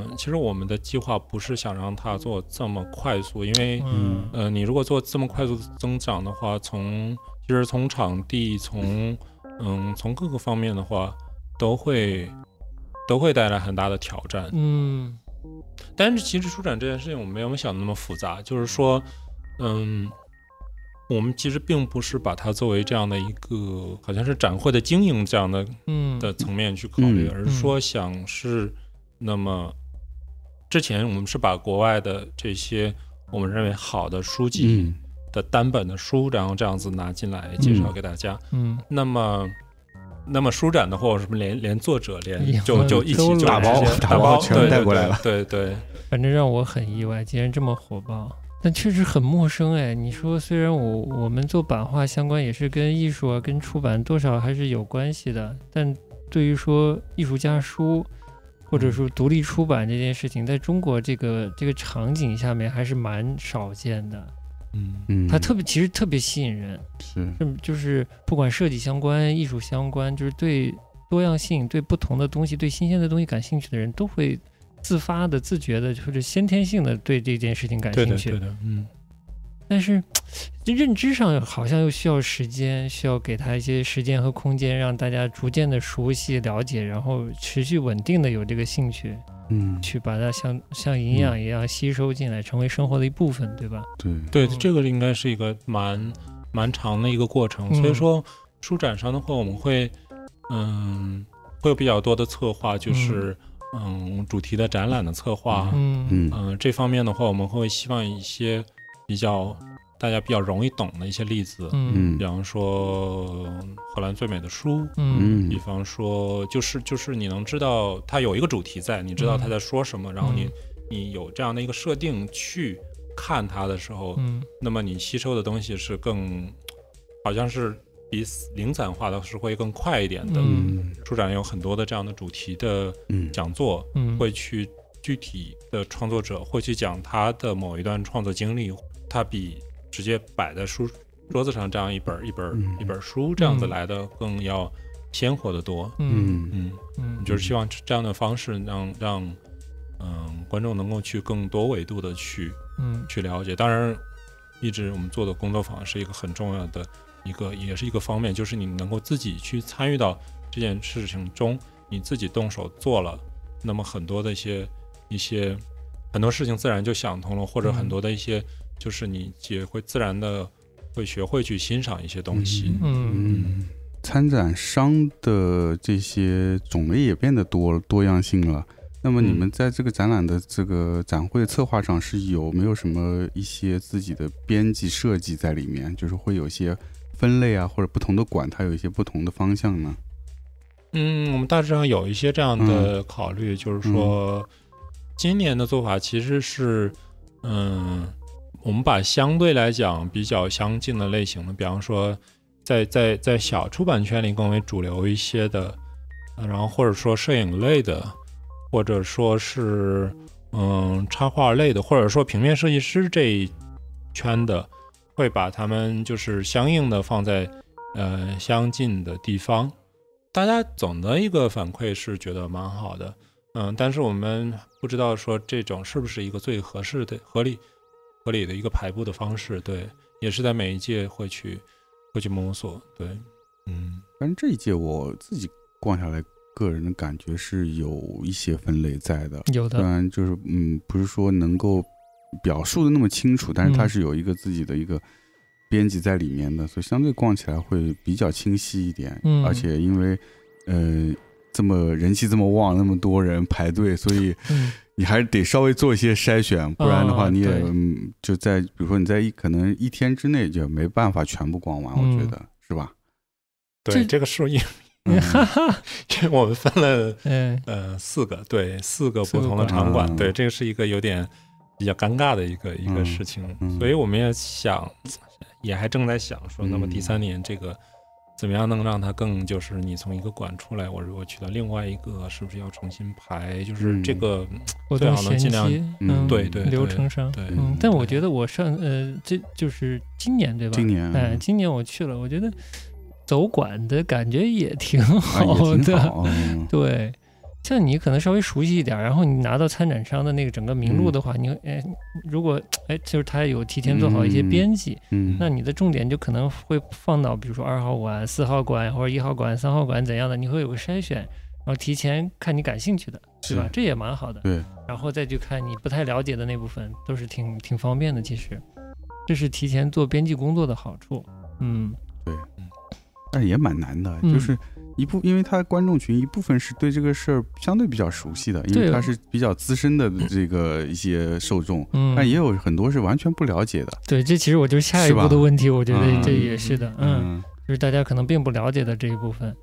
[SPEAKER 3] 嗯、其实我们的计划不是想让它做这么快速，因为
[SPEAKER 2] 嗯
[SPEAKER 3] 呃，你如果做这么快速的增长的话，从其实从场地，从嗯，从各个方面的话，都会都会带来很大的挑战。
[SPEAKER 2] 嗯
[SPEAKER 3] 但是其实书展这件事情，我们没有想的那么复杂，就是说，嗯，我们其实并不是把它作为这样的一个好像是展会的经营这样的
[SPEAKER 2] 嗯
[SPEAKER 3] 的层面去考虑，
[SPEAKER 1] 嗯
[SPEAKER 3] 而是说想是那么之前我们是把国外的这些我们认为好的书籍
[SPEAKER 1] 嗯
[SPEAKER 3] 的单本的书，然后这样子拿进来介绍给大家。
[SPEAKER 2] 嗯，
[SPEAKER 3] 那么，那么书展的话，我们连连作者
[SPEAKER 2] 哎呀
[SPEAKER 3] 连就就一起
[SPEAKER 2] 都
[SPEAKER 3] 就
[SPEAKER 2] 打包
[SPEAKER 3] 直接
[SPEAKER 1] 打
[SPEAKER 3] 打
[SPEAKER 1] 包
[SPEAKER 3] 包
[SPEAKER 1] 全
[SPEAKER 3] 对
[SPEAKER 1] 带
[SPEAKER 3] 对
[SPEAKER 1] 过来
[SPEAKER 3] 对
[SPEAKER 1] 了
[SPEAKER 3] 对对
[SPEAKER 2] 反正让我很意外，竟然这么火爆。但确实很陌生哎，你说虽然我我们做版画相关也是跟艺术啊、跟出版多少还是有关系的，但对于说艺术家书或者说独立出版这件事情，在中国这个这个场景下面还是蛮少见的。
[SPEAKER 3] 嗯
[SPEAKER 1] 嗯，
[SPEAKER 2] 它特别其实特别吸引人，
[SPEAKER 1] 是
[SPEAKER 2] 嗯，就是不管设计相关、艺术相关，就是对多样性、对不同的东西、对新鲜的东西感兴趣的人，都会自发的、自觉的，或者先天性的对这件事情感
[SPEAKER 3] 对
[SPEAKER 2] 兴
[SPEAKER 3] 的
[SPEAKER 2] 趣。
[SPEAKER 3] 对的，嗯
[SPEAKER 2] 但是这认知上好像又需要时间，需要给他一些时间和空间，让大家逐渐的熟悉、了解，然后持续稳定的有这个兴趣，
[SPEAKER 1] 嗯，
[SPEAKER 2] 去把它像像营
[SPEAKER 3] 嗯
[SPEAKER 2] 养一样吸收进来，成为生活的一部分，对吧？
[SPEAKER 1] 对，
[SPEAKER 3] 对，
[SPEAKER 2] 嗯
[SPEAKER 3] 这个应该是一个蛮蛮长的一个过程。
[SPEAKER 2] 嗯
[SPEAKER 3] 所以说，书展上的话，我们会嗯会有比较多的策划，就是嗯主题的展览的策划，
[SPEAKER 2] 嗯
[SPEAKER 1] 嗯
[SPEAKER 3] 嗯、这方面的话，我们会希望一些比较大家比较容易懂的一些例子，
[SPEAKER 2] 嗯
[SPEAKER 1] 嗯
[SPEAKER 3] 比方说荷兰最美的书，
[SPEAKER 1] 嗯
[SPEAKER 2] 嗯
[SPEAKER 3] 比方说就是就是你能知道它有一个主题在，你知道他在说什么，然后你
[SPEAKER 2] 嗯
[SPEAKER 3] 你有这样的一个设定去看它的时候，
[SPEAKER 2] 嗯
[SPEAKER 3] 那么你吸收的东西是更好像是比零散化的是会更快一点的。
[SPEAKER 1] 嗯
[SPEAKER 2] 嗯
[SPEAKER 3] 书展有很多的这样的主题的
[SPEAKER 1] 嗯
[SPEAKER 3] 讲座，
[SPEAKER 2] 嗯，
[SPEAKER 3] 会去具体的创作者会去讲他的某一段创作经历，他比直接摆在书桌子上这样一本儿一本儿
[SPEAKER 1] 嗯
[SPEAKER 3] 一本儿书这样子
[SPEAKER 2] 嗯
[SPEAKER 3] 来的更要鲜活的多。
[SPEAKER 2] 嗯
[SPEAKER 1] 嗯
[SPEAKER 3] 嗯，
[SPEAKER 2] 嗯
[SPEAKER 3] 就是希望这样的方式让让嗯观众能够去更多维度的去
[SPEAKER 2] 嗯
[SPEAKER 3] 去了解。当然，一直我们做的工作坊是一个很重要的一个，也是一个方面，就是你能够自己去参与到这件事情中，你自己动手做了，那么很多的一些一些很多事情自然就想通了，或者
[SPEAKER 2] 嗯
[SPEAKER 3] 很多的一些就是你也会自然的会学会去欣赏一些东西。
[SPEAKER 2] 嗯
[SPEAKER 1] 嗯，参展商的这些种类也变得多多样性了。那么你们在这个展览的这个展会策划上是有没有什么一些自己的编辑设计在里面？就是会有一些分类啊，或者不同的馆它有一些不同的方向呢？
[SPEAKER 3] 嗯，我们大致上有一些这样的考虑，就是说，今年的做法其实是，嗯，我们把相对来讲比较相近的类型的，比方说在在在小出版圈里更为主流一些的，呃然后或者说摄影类的，或者说是嗯插画类的，或者说平面设计师这一圈的，会把他们就是相应的放在呃相近的地方。大家总的一个反馈是觉得蛮好的，嗯，但是我们不知道说这种是不是一个最合适的、合理、合理的一个排布的方式。对，也是在每一届会去会去摸索。对，嗯
[SPEAKER 1] 反正这一届我自己逛下来，个人的感觉是有一些分类在的，
[SPEAKER 2] 有
[SPEAKER 1] 虽
[SPEAKER 2] 的，
[SPEAKER 1] 然就是嗯，不是说能够表述的那么清楚，但是它
[SPEAKER 2] 嗯
[SPEAKER 1] 是有一个自己的一个编辑在里面的，所以相对逛起来会比较清晰一点。
[SPEAKER 2] 嗯
[SPEAKER 1] 而且因为呃这么人气这么旺，那么多人排队，所以
[SPEAKER 2] 嗯
[SPEAKER 1] 你还是得稍微做一些筛选，不然的话
[SPEAKER 2] 啊
[SPEAKER 1] 你也、
[SPEAKER 2] 对
[SPEAKER 1] 嗯、就在比如说你在一可能一天之内就没办法全部逛完，我觉
[SPEAKER 2] 嗯
[SPEAKER 1] 得是吧？
[SPEAKER 2] 这
[SPEAKER 3] 对，这个数一，
[SPEAKER 1] 嗯
[SPEAKER 2] 哈哈，
[SPEAKER 3] 这我们分了
[SPEAKER 2] 嗯，
[SPEAKER 3] 呃四个，对，四个
[SPEAKER 2] 四
[SPEAKER 3] 不
[SPEAKER 2] 个
[SPEAKER 3] 同的
[SPEAKER 2] 馆
[SPEAKER 3] 场馆，
[SPEAKER 1] 嗯
[SPEAKER 3] 对，这个是一个有点比较尴尬的一个、一个
[SPEAKER 1] 嗯
[SPEAKER 3] 事情，
[SPEAKER 1] 嗯
[SPEAKER 3] 所以我们也想，也还正在想说，那么第
[SPEAKER 1] 嗯
[SPEAKER 3] 三年这个。怎么样能让它更就是你从一个馆出来，我如果去到另外一个，是不是要重新排？就是
[SPEAKER 1] 嗯
[SPEAKER 3] 这个，
[SPEAKER 2] 活
[SPEAKER 3] 最
[SPEAKER 2] 动
[SPEAKER 3] 好能
[SPEAKER 2] 衔
[SPEAKER 3] 尽
[SPEAKER 2] 接
[SPEAKER 3] 量，
[SPEAKER 1] 嗯
[SPEAKER 2] 嗯，
[SPEAKER 3] 对对对
[SPEAKER 2] 流程上，
[SPEAKER 3] 对，
[SPEAKER 2] 嗯，但我
[SPEAKER 3] 对
[SPEAKER 2] 觉得我上呃，这就是今年对吧？
[SPEAKER 1] 今年
[SPEAKER 2] 哎，今年我去了，我觉得走馆的感觉也挺
[SPEAKER 1] 啊
[SPEAKER 2] 好
[SPEAKER 1] 也挺
[SPEAKER 2] 的。
[SPEAKER 1] 好，嗯
[SPEAKER 2] 对，像你可能稍微熟悉一点儿，然后你拿到参展商的那个整个名录
[SPEAKER 1] 嗯
[SPEAKER 2] 的话，你哎，如果哎，就是他有提前做好一些
[SPEAKER 1] 嗯
[SPEAKER 2] 编辑，
[SPEAKER 1] 嗯，
[SPEAKER 2] 那你的重点就可能会放到比如说二号馆、四号馆或者一号馆、三号馆怎样的，你会有个筛选，然后提前看你感兴趣的，对吧？这也蛮好的。
[SPEAKER 1] 对，
[SPEAKER 2] 然后再去看你不太了解的那部分，都是挺挺方便的。其实，这是提前做编辑工作的好处。嗯，
[SPEAKER 1] 但是也蛮难的，
[SPEAKER 2] 嗯
[SPEAKER 1] 就是一部，因为他观众群一部分是对这个事儿相对比较熟悉的，因为
[SPEAKER 2] 对
[SPEAKER 1] 他是比较资深 的这个一些受众，
[SPEAKER 2] 嗯，
[SPEAKER 1] 哎但也有很多是完全不了解的。
[SPEAKER 2] 对，这其实我就是下一
[SPEAKER 1] 是吧
[SPEAKER 2] 步的问题，我觉
[SPEAKER 1] 嗯
[SPEAKER 2] 得这也是的，嗯，就是大家可能并不了解的这一部分。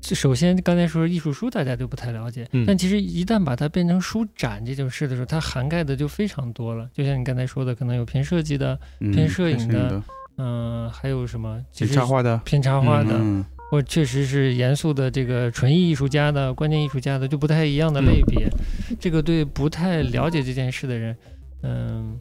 [SPEAKER 2] 这首先刚才说艺术书，大家都不太了解，
[SPEAKER 3] 嗯
[SPEAKER 2] 但其实一旦把它变成书展这种事的时候，它涵盖的就非常多了。就像你刚才说的，可能有偏设计的，
[SPEAKER 1] 嗯，
[SPEAKER 2] 偏
[SPEAKER 1] 摄
[SPEAKER 2] 摄影
[SPEAKER 1] 的
[SPEAKER 2] 的、嗯、还有什么其
[SPEAKER 1] 偏
[SPEAKER 2] 实
[SPEAKER 1] 插画的，
[SPEAKER 2] 偏插画的，
[SPEAKER 1] 嗯，
[SPEAKER 2] 或确实是严肃的这个纯艺艺术家的关键艺术家的就不太一样
[SPEAKER 1] 嗯
[SPEAKER 2] 的类别，这个对不太了解这件事的人，嗯，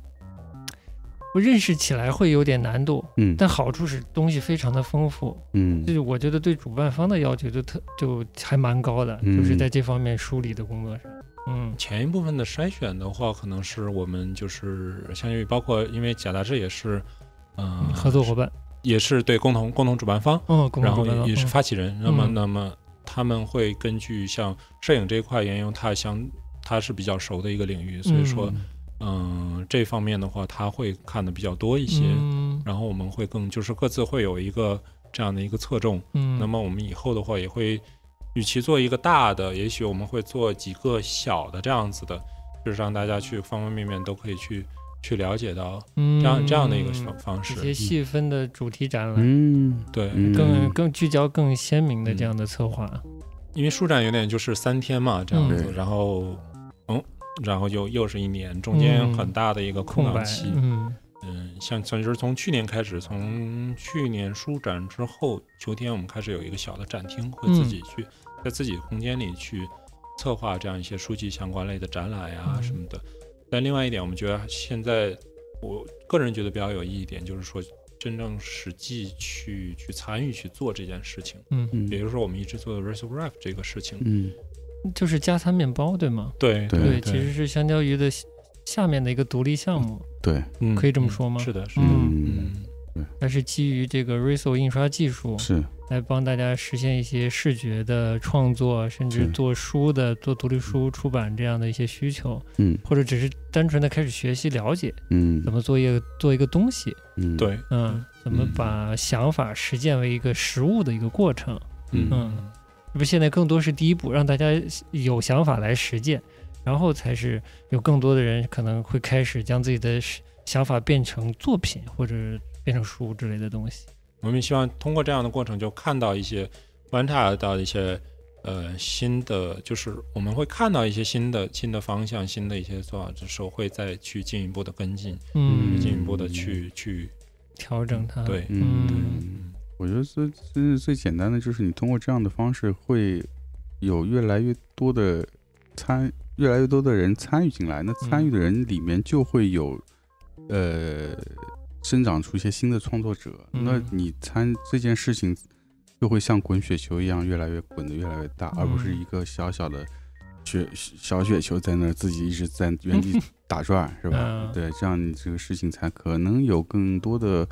[SPEAKER 2] 我认识起来会有点难度，
[SPEAKER 1] 嗯，
[SPEAKER 2] 但好处是东西非常的丰富，就
[SPEAKER 1] 嗯，
[SPEAKER 2] 是我觉得对主办方的要求就特就还蛮高的，
[SPEAKER 1] 嗯
[SPEAKER 2] 就是在这方面梳理的工作上，嗯
[SPEAKER 3] 前一部分的筛选的话，可能是我们就是相当于包括，因为贾杂志也是，嗯、
[SPEAKER 2] 合作伙伴，
[SPEAKER 3] 也是对共同共同主办方，
[SPEAKER 2] 嗯，共
[SPEAKER 3] 然
[SPEAKER 2] 同
[SPEAKER 3] 后
[SPEAKER 2] 主办
[SPEAKER 3] 也
[SPEAKER 2] 方
[SPEAKER 3] 也是
[SPEAKER 2] 嗯
[SPEAKER 3] 发起人。那么，
[SPEAKER 2] 嗯
[SPEAKER 3] 那么他们会根据像摄影这一块，沿用他相他是比较熟的一个领域，所以说，嗯、这方面的话，他会看的比较多一些。
[SPEAKER 2] 嗯
[SPEAKER 3] 然后我们会更就是各自会有一个这样的一个侧重。
[SPEAKER 2] 嗯，
[SPEAKER 3] 那么我们以后的话也会，与其做一个大的，也许我们会做几个小的这样子的，就是让大家去方方面面都可以去去了解到这
[SPEAKER 2] 这
[SPEAKER 3] 样、这样的一个方方
[SPEAKER 2] 嗯一些
[SPEAKER 3] 式。嗯
[SPEAKER 2] 细分的主题展览，
[SPEAKER 1] 嗯，
[SPEAKER 3] 对，
[SPEAKER 1] 嗯
[SPEAKER 2] 更更聚焦、更鲜明的这
[SPEAKER 3] 嗯
[SPEAKER 2] 样的策划。
[SPEAKER 3] 因为书展有点就是三天嘛这样子，
[SPEAKER 1] 嗯
[SPEAKER 3] 然后嗯，然后又又是一年，中间
[SPEAKER 2] 嗯
[SPEAKER 3] 很大的一个空
[SPEAKER 2] 空白
[SPEAKER 3] 档期。，
[SPEAKER 2] 嗯
[SPEAKER 3] 嗯，像像就是从去年开始，从去年书展之后，秋天我们开始有一个小的展厅，会自
[SPEAKER 2] 嗯
[SPEAKER 3] 己去、在自己的空间里去策划这样一些书籍相关类的展览呀、
[SPEAKER 2] 嗯
[SPEAKER 3] 什么的。但另外一点，我们觉得现在我个人觉得比较有意义一点，就是说真正实际去去参与去做这件事情。
[SPEAKER 2] 嗯，
[SPEAKER 3] 比如说我们一直做的 r e s o r a p 这个事情，
[SPEAKER 1] 嗯，
[SPEAKER 2] 就是加餐面包，对吗？
[SPEAKER 3] 对
[SPEAKER 1] 对
[SPEAKER 2] 其实是香蕉鱼的下下面的一个独立项目，
[SPEAKER 1] 对，
[SPEAKER 3] 嗯
[SPEAKER 2] 可以这么说吗
[SPEAKER 3] 是的，是的，
[SPEAKER 1] 嗯，
[SPEAKER 3] 嗯，
[SPEAKER 2] 它是基于这个 Riso 印刷技术
[SPEAKER 1] 是，
[SPEAKER 2] 来帮大家实现一些视觉的创作，甚至
[SPEAKER 1] 是
[SPEAKER 2] 做书的、做独立书出版这样的一些需求，
[SPEAKER 1] 嗯
[SPEAKER 2] 或者只是单纯的开始学习了解
[SPEAKER 1] 嗯
[SPEAKER 2] 怎么做一个做一个东西，
[SPEAKER 1] 嗯，
[SPEAKER 3] 对，
[SPEAKER 2] 嗯，怎么
[SPEAKER 3] 嗯
[SPEAKER 2] 把想法实践为一个实物的一个过程。
[SPEAKER 3] 嗯
[SPEAKER 2] 嗯不，现在更多是第一步，让大家有想法来实践，然后才是有更多的人可能会开始将自己的是想法变成作品或者变成书之类的东西。
[SPEAKER 3] 我们希望通过这样的过程，就看到一些观察到一些呃新的，就是我们会看到一些新的新的方向、新的一些做法，这时候会再去进一步的跟进，
[SPEAKER 2] 嗯，
[SPEAKER 3] 进一步的去去
[SPEAKER 2] 调整它，，
[SPEAKER 3] 对，
[SPEAKER 2] 嗯
[SPEAKER 1] 嗯，我觉得最最最简单的就是你通过这样的方式，会有越来越多的参，越来越多的人参与进来。那参
[SPEAKER 2] 嗯
[SPEAKER 1] 与的人里面就会有，呃，生长出一些新的创作者。
[SPEAKER 2] 嗯
[SPEAKER 1] 那你参这件事情，就会像滚雪球一样，越来越滚得越来越大，而不是
[SPEAKER 2] 嗯
[SPEAKER 1] 一个小小的雪小雪球在那儿自己一直在原 地打转，是吧
[SPEAKER 2] 嗯？
[SPEAKER 1] 对，这样你这个事情才可能有更多的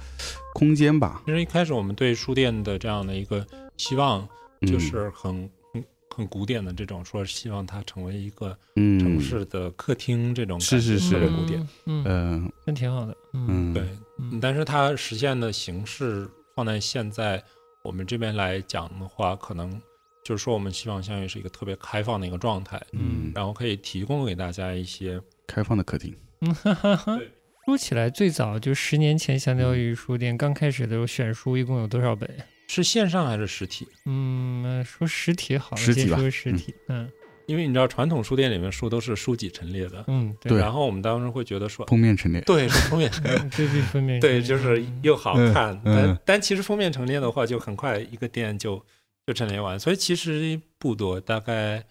[SPEAKER 1] 空间吧。
[SPEAKER 3] 其实一开始我们对书店的这样的一个希望，
[SPEAKER 1] 嗯
[SPEAKER 3] 就是很很很古典的这种，说希望它成为一个
[SPEAKER 1] 嗯，
[SPEAKER 3] 城市的客厅这种感觉，
[SPEAKER 1] 是是是
[SPEAKER 3] 特别古典。，
[SPEAKER 2] 嗯，
[SPEAKER 1] 嗯，
[SPEAKER 2] 那挺好的，嗯
[SPEAKER 1] 嗯，
[SPEAKER 3] 对，
[SPEAKER 2] 嗯，
[SPEAKER 3] 但是它实现的形式放在现在我们这边来讲的话，可能就是说我们希望相当于是一个特别开放的一个状态，
[SPEAKER 1] 嗯，
[SPEAKER 3] 然后可以提供给大家一些
[SPEAKER 1] 开放的客厅，
[SPEAKER 2] 嗯哈哈哈
[SPEAKER 3] 对。
[SPEAKER 2] 说起来，最早就十年前，相当于书店刚开始的时候，选书一共有多少本？
[SPEAKER 3] 是线上还是实体，
[SPEAKER 2] 嗯，说实体好了，
[SPEAKER 1] 实体
[SPEAKER 2] 先
[SPEAKER 1] 吧
[SPEAKER 2] 说实体，嗯
[SPEAKER 3] 因为你知道传统书店里面书都是书籍陈列的，
[SPEAKER 2] 嗯，
[SPEAKER 1] 对
[SPEAKER 3] 然后我们当时会觉得说，
[SPEAKER 1] 封面陈列，
[SPEAKER 3] 对，是封面
[SPEAKER 2] 嗯这这 分辨出
[SPEAKER 3] 对，
[SPEAKER 2] 来
[SPEAKER 3] 就是又好看，
[SPEAKER 1] 嗯嗯
[SPEAKER 3] 但但其实封面陈列的话，就很快一个店就就陈列完，所以其实不多，大概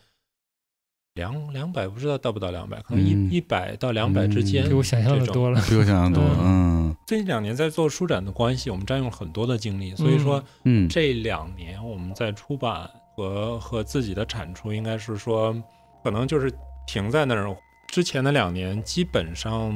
[SPEAKER 3] 两两百，不知道到不到两百，可能
[SPEAKER 1] 嗯
[SPEAKER 3] 一一百、100到两百之间。
[SPEAKER 1] 嗯
[SPEAKER 2] 比我想象的
[SPEAKER 3] 这种
[SPEAKER 2] 多了，
[SPEAKER 1] 比我想象多，嗯
[SPEAKER 3] 最近两年在做书展的关系，我们占用了很多的精力，所以说
[SPEAKER 1] 嗯，
[SPEAKER 3] 这两年我们在出版和和自己的产出，应该是说可能就是停在那儿。之前的两年基本上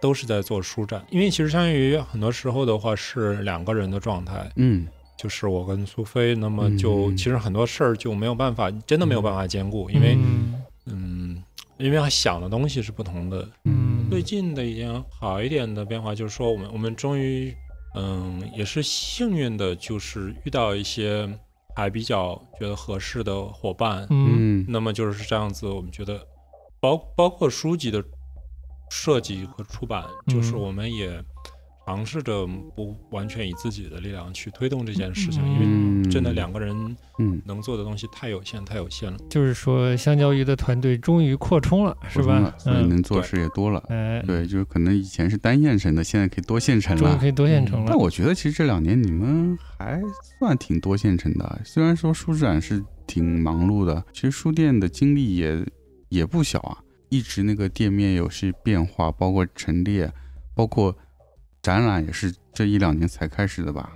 [SPEAKER 3] 都是在做书展，因为其实相当于很多时候的话是两个人的状态，
[SPEAKER 1] 嗯
[SPEAKER 3] 就是我跟苏菲，那么就、
[SPEAKER 1] 嗯
[SPEAKER 3] 其实很多事儿就没有办法，真的没有办法兼顾，因为
[SPEAKER 2] 嗯
[SPEAKER 3] 嗯，因为想的东西是不同的。
[SPEAKER 2] 嗯
[SPEAKER 3] 最近的一件好一点的变化就是说，我们我们终于嗯也是幸运的，就是遇到一些还比较觉得合适的伙伴。
[SPEAKER 2] 嗯
[SPEAKER 1] 嗯
[SPEAKER 3] 那么就是这样子，我们觉得包包括书籍的设计和出版，
[SPEAKER 2] 嗯
[SPEAKER 3] 就是我们也尝试着不完全以自己的力量去推动这件事情，因为
[SPEAKER 1] 嗯，
[SPEAKER 3] 真的两个人
[SPEAKER 1] 嗯，
[SPEAKER 3] 能做的东西太有限，太有限了。
[SPEAKER 2] 就是说，香蕉鱼的团队终于扩充了，是
[SPEAKER 1] 我懂
[SPEAKER 2] 吧
[SPEAKER 1] 了？所以
[SPEAKER 2] 嗯，
[SPEAKER 1] 能做事也多了，
[SPEAKER 2] 哎，
[SPEAKER 1] 对，就是可能以前是单线程的，现在可以多线程
[SPEAKER 2] 终于
[SPEAKER 1] 了
[SPEAKER 2] 可。以多线程
[SPEAKER 1] 但
[SPEAKER 2] 了。
[SPEAKER 1] 我觉得其实这两年你们还算挺多线程的，啊虽然说书展是挺忙碌的，其实书店的经历也也不小啊，一直那个店面有些变化，包括陈列，包括展览也是这一两年才开始的吧？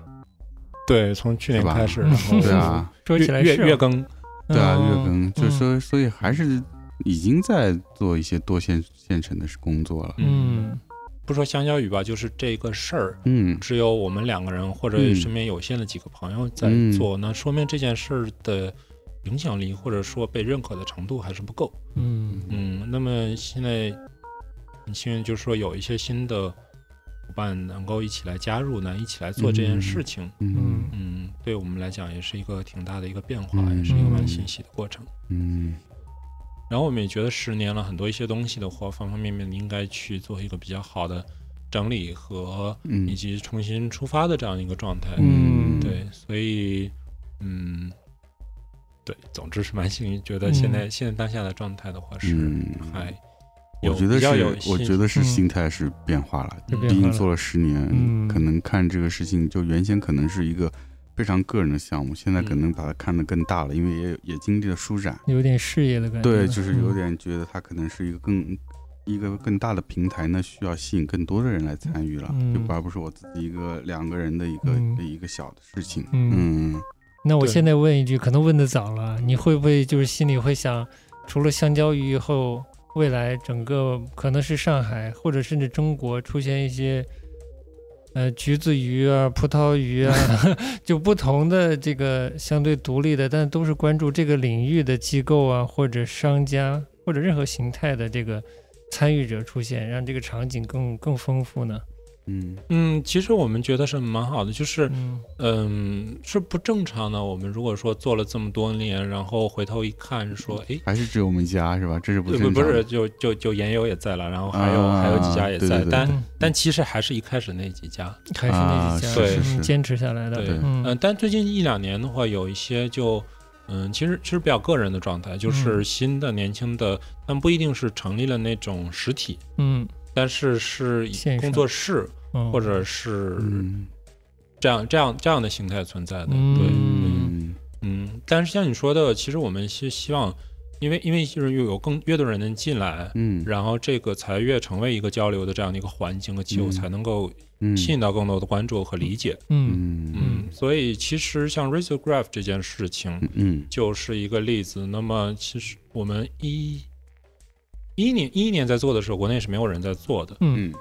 [SPEAKER 3] 对，从去
[SPEAKER 1] 年是吧开始
[SPEAKER 2] 然
[SPEAKER 3] 嗯
[SPEAKER 2] 后
[SPEAKER 1] 对啊，
[SPEAKER 2] 说起来
[SPEAKER 3] 月
[SPEAKER 2] 是
[SPEAKER 3] 月更，
[SPEAKER 1] 对啊，
[SPEAKER 2] 嗯
[SPEAKER 1] 月更，就
[SPEAKER 2] 嗯
[SPEAKER 1] 说所以还是已经在做一些多线线程的工作了。
[SPEAKER 2] 嗯
[SPEAKER 3] 不说香蕉雨吧，就是这个事儿，
[SPEAKER 1] 嗯
[SPEAKER 3] 只有我们两个人或者
[SPEAKER 1] 嗯
[SPEAKER 3] 身边有限的几个朋友在
[SPEAKER 1] 嗯
[SPEAKER 3] 做，那说明这件事儿的影响力或者说被认可的程度还是不够。
[SPEAKER 2] 嗯
[SPEAKER 3] 嗯，那么现在很幸运，就是说有一些新的伙伴能够一起来加入呢，一起来做这件事情。
[SPEAKER 1] 嗯
[SPEAKER 2] 嗯
[SPEAKER 3] 嗯，对我们来讲也是一个挺大的一个变化，
[SPEAKER 1] 嗯
[SPEAKER 3] 也是一个蛮欣喜的过程。
[SPEAKER 1] 嗯
[SPEAKER 3] 然后我们也觉得十年了，很多一些东西的话，方方面面应该去做一个比较好的整理和以
[SPEAKER 1] 嗯
[SPEAKER 3] 及重新出发的这样一个状态。
[SPEAKER 2] 嗯，
[SPEAKER 3] 对，所以嗯，对，总之是蛮幸运，觉得现在、现在当下的状态的话是
[SPEAKER 1] 嗯，
[SPEAKER 3] 还有、
[SPEAKER 1] 我觉得
[SPEAKER 3] 比较有
[SPEAKER 1] 是，我
[SPEAKER 3] 信
[SPEAKER 1] 觉得是
[SPEAKER 2] 嗯
[SPEAKER 1] 心态是变化了。
[SPEAKER 2] 就
[SPEAKER 1] 毕
[SPEAKER 2] 变化
[SPEAKER 1] 竟
[SPEAKER 2] 了
[SPEAKER 1] 做了十年，
[SPEAKER 2] 嗯
[SPEAKER 1] 可能看这个事情，就原先可能是一个非常个人的项目，现在可
[SPEAKER 3] 嗯
[SPEAKER 1] 能把它看得更大了，因为也有也经历了舒展，
[SPEAKER 2] 有点事业的感觉。
[SPEAKER 1] 对，就是
[SPEAKER 2] 嗯
[SPEAKER 1] 有点觉得它可能是一个更一个更大的平台呢，需要吸引更多的人来参与了，
[SPEAKER 2] 嗯
[SPEAKER 1] 就而不是我自己一个两个人的一个、
[SPEAKER 2] 嗯
[SPEAKER 1] 一个小的事情。
[SPEAKER 2] 嗯
[SPEAKER 1] 嗯
[SPEAKER 2] 那我
[SPEAKER 3] 对
[SPEAKER 2] 现在问一句，可能问的早了，你会不会就是心里会想，除了香蕉鱼以后，未来整个可能是上海或者甚至中国出现一些，呃，橘子鱼啊、葡萄鱼啊， 就不同的这个相对独立的，但都是关注这个领域的机构啊，或者商家或者任何形态的这个参与者出现，让这个场景更更丰富呢？
[SPEAKER 1] 嗯
[SPEAKER 3] 嗯，其实我们觉得是蛮好的，就是
[SPEAKER 2] 嗯
[SPEAKER 3] 嗯是不正常的。我们如果说做了这么多年，然后回头一看说，哎。
[SPEAKER 1] 还是只有我们一家是吧？这是不
[SPEAKER 3] 不
[SPEAKER 1] 正
[SPEAKER 3] 不
[SPEAKER 1] 常的
[SPEAKER 3] 是，就就就研友也在了，然后还有、
[SPEAKER 1] 啊
[SPEAKER 3] 还有几家也
[SPEAKER 1] 对
[SPEAKER 3] 在，
[SPEAKER 1] 对对
[SPEAKER 3] 但
[SPEAKER 2] 嗯，
[SPEAKER 3] 但其实还是一开始那几家，
[SPEAKER 2] 还是那几家、
[SPEAKER 1] 啊
[SPEAKER 3] 是是
[SPEAKER 2] 嗯
[SPEAKER 1] 是
[SPEAKER 2] 坚持下来的，
[SPEAKER 3] 对，
[SPEAKER 1] 对
[SPEAKER 3] 嗯、
[SPEAKER 2] 嗯
[SPEAKER 3] 但最近一两年的话，有一些就嗯，其实其实比较个人的状
[SPEAKER 2] 嗯
[SPEAKER 3] 态，就是新的、年轻的，但不一定是成立了那种实体，
[SPEAKER 2] 嗯，
[SPEAKER 3] 但是是以
[SPEAKER 2] 线上
[SPEAKER 3] 工作室
[SPEAKER 2] 嗯
[SPEAKER 3] 或者是
[SPEAKER 1] 嗯
[SPEAKER 3] 这样这样这样的形态存在的。对，
[SPEAKER 2] 嗯
[SPEAKER 1] 嗯
[SPEAKER 3] 嗯，但是像你说的，其实我们是希望，因为因为就是又有更越多人能进来。
[SPEAKER 1] 嗯
[SPEAKER 3] 然后这个才越成为一个交流的这样的一个环境和气候，
[SPEAKER 1] 嗯
[SPEAKER 3] 才能够
[SPEAKER 1] 嗯
[SPEAKER 3] 吸引到更多的关注和理解。
[SPEAKER 2] 嗯
[SPEAKER 1] 嗯
[SPEAKER 3] 嗯，所以其实像 r a z o Graph 这件事情，
[SPEAKER 1] 嗯
[SPEAKER 3] 就是一个例子。那么其实我们一一年一一年在做的时候，国内是没有人在做的。
[SPEAKER 2] 嗯
[SPEAKER 1] 嗯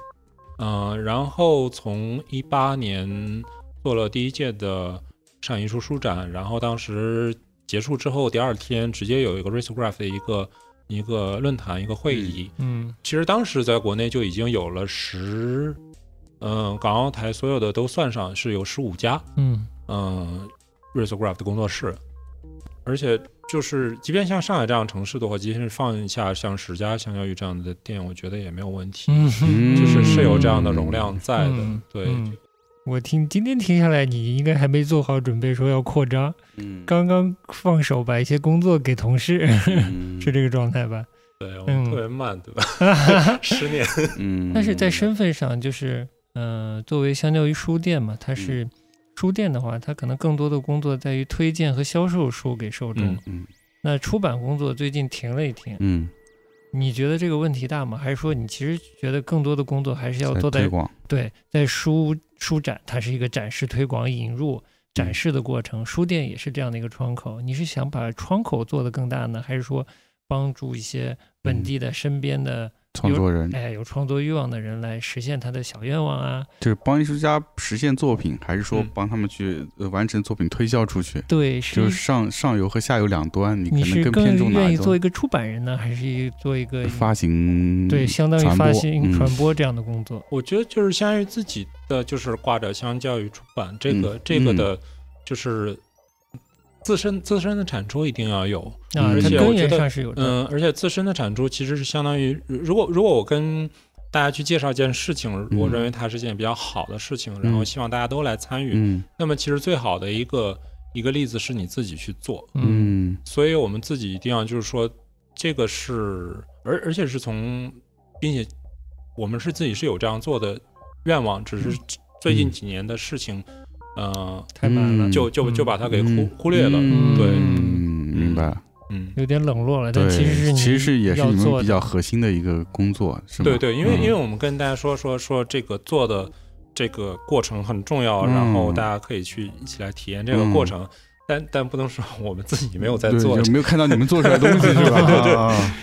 [SPEAKER 3] 嗯、然后从一八年做了第一届的上海艺术书展，然后当时结束之后，第二天直接有一个 r a c e Graph 的一个一个论坛一个会议。
[SPEAKER 2] 嗯
[SPEAKER 3] 其实当时在国内就已经有了十，嗯、港澳台所有的都算上是有十五家，
[SPEAKER 2] 嗯
[SPEAKER 3] 嗯 r a c e Graph 的工作室，而且就是即便像上海这样的城市的话，即便是放一下像十家相较于这样的店，我觉得也没有问题。
[SPEAKER 2] 嗯，
[SPEAKER 3] 就是是有这样的容量在的。
[SPEAKER 2] 嗯
[SPEAKER 3] 对，
[SPEAKER 2] 嗯我听今天听下来，你应该还没做好准备，说要扩张，
[SPEAKER 1] 嗯
[SPEAKER 2] 刚刚放手把一些工作给同事，
[SPEAKER 1] 嗯
[SPEAKER 2] 是这个状态 吧？
[SPEAKER 3] 对，我
[SPEAKER 2] 嗯
[SPEAKER 3] 们特别慢，对吧？ 十年，
[SPEAKER 1] 嗯，
[SPEAKER 2] 但是在身份上，就是嗯、呃作为相较于书店嘛，它
[SPEAKER 1] 嗯
[SPEAKER 2] 是书店的话，它可能更多的工作在于推荐和销售书给受众。
[SPEAKER 3] 嗯
[SPEAKER 1] 嗯
[SPEAKER 2] 那出版工作最近停了一停，
[SPEAKER 1] 嗯
[SPEAKER 2] 你觉得这个问题大吗？还是说你其实觉得更多的工作还是要
[SPEAKER 1] 在
[SPEAKER 2] 做
[SPEAKER 1] 推
[SPEAKER 2] 在
[SPEAKER 1] 广
[SPEAKER 2] 对在书书展，它是一个展示、推广、引入、
[SPEAKER 1] 嗯
[SPEAKER 2] 展示的过程，书店也是这样的一个窗口。你是想把窗口做得更大呢，还是说帮助一些
[SPEAKER 1] 嗯
[SPEAKER 2] 本地的、身边的
[SPEAKER 1] 创作人，
[SPEAKER 2] 哎有创作欲望的人来实现他的小愿望啊？
[SPEAKER 1] 就是帮艺术家实现作品，还是说
[SPEAKER 3] 嗯
[SPEAKER 1] 帮他们去呃完成作品推销出去？
[SPEAKER 2] 对，
[SPEAKER 1] 就是是上上游和下游两端，你可
[SPEAKER 2] 你
[SPEAKER 1] 能
[SPEAKER 2] 是
[SPEAKER 1] 偏重哪
[SPEAKER 2] 愿
[SPEAKER 1] 一
[SPEAKER 2] 意做
[SPEAKER 1] 种
[SPEAKER 2] 一个出版人呢，还是做一个
[SPEAKER 1] 发行？
[SPEAKER 2] 对相当于
[SPEAKER 1] 传
[SPEAKER 2] 发
[SPEAKER 1] 播
[SPEAKER 2] 行
[SPEAKER 1] 嗯
[SPEAKER 2] 传播这样的工作？啊
[SPEAKER 3] 我觉得就是相当于自己的，就是挂着相较于出版这个、
[SPEAKER 1] 嗯
[SPEAKER 3] 这个的，就是自身自身的产出一定要有，
[SPEAKER 2] 啊，
[SPEAKER 1] 嗯
[SPEAKER 2] 它
[SPEAKER 1] 而且
[SPEAKER 2] 根
[SPEAKER 3] 我觉
[SPEAKER 2] 源
[SPEAKER 3] 得
[SPEAKER 2] 上是有的。
[SPEAKER 3] 嗯，而且自身的产出其实是相当于，如果如果我跟大家去介绍一件事情，
[SPEAKER 1] 嗯
[SPEAKER 3] 我认为它是件比较好的事情，然后希望大家都来参与。
[SPEAKER 1] 嗯
[SPEAKER 3] 那么其实最好的一个一个例子是你自己去做，
[SPEAKER 2] 嗯
[SPEAKER 1] 嗯
[SPEAKER 3] 所以我们自己一定要就是说，这个是而而且是从，并且我们是自己是有这样做的愿望，只
[SPEAKER 1] 嗯
[SPEAKER 3] 是最近几年的事情，呃，
[SPEAKER 2] 太慢了
[SPEAKER 1] 嗯，
[SPEAKER 3] 就就
[SPEAKER 2] 嗯
[SPEAKER 3] 就把它给忽忽略了。
[SPEAKER 1] 嗯
[SPEAKER 3] 对
[SPEAKER 1] 嗯明白了。
[SPEAKER 3] 嗯，
[SPEAKER 2] 有点冷落了，但
[SPEAKER 1] 对，
[SPEAKER 2] 其实是你
[SPEAKER 1] 其实是也是
[SPEAKER 2] 要
[SPEAKER 1] 你们
[SPEAKER 2] 做
[SPEAKER 1] 比
[SPEAKER 2] 的
[SPEAKER 1] 较核心的一个工作，是吗？
[SPEAKER 3] 对对，因为
[SPEAKER 1] 嗯
[SPEAKER 3] 因为我们跟大家说说说这个做的这个过程很重要，
[SPEAKER 1] 嗯
[SPEAKER 3] 然后大家可以去一起来体验这个过程。但但不能说我们自己没有在做
[SPEAKER 1] 对，就没有看到你们做出来的东 西，是吧？对对。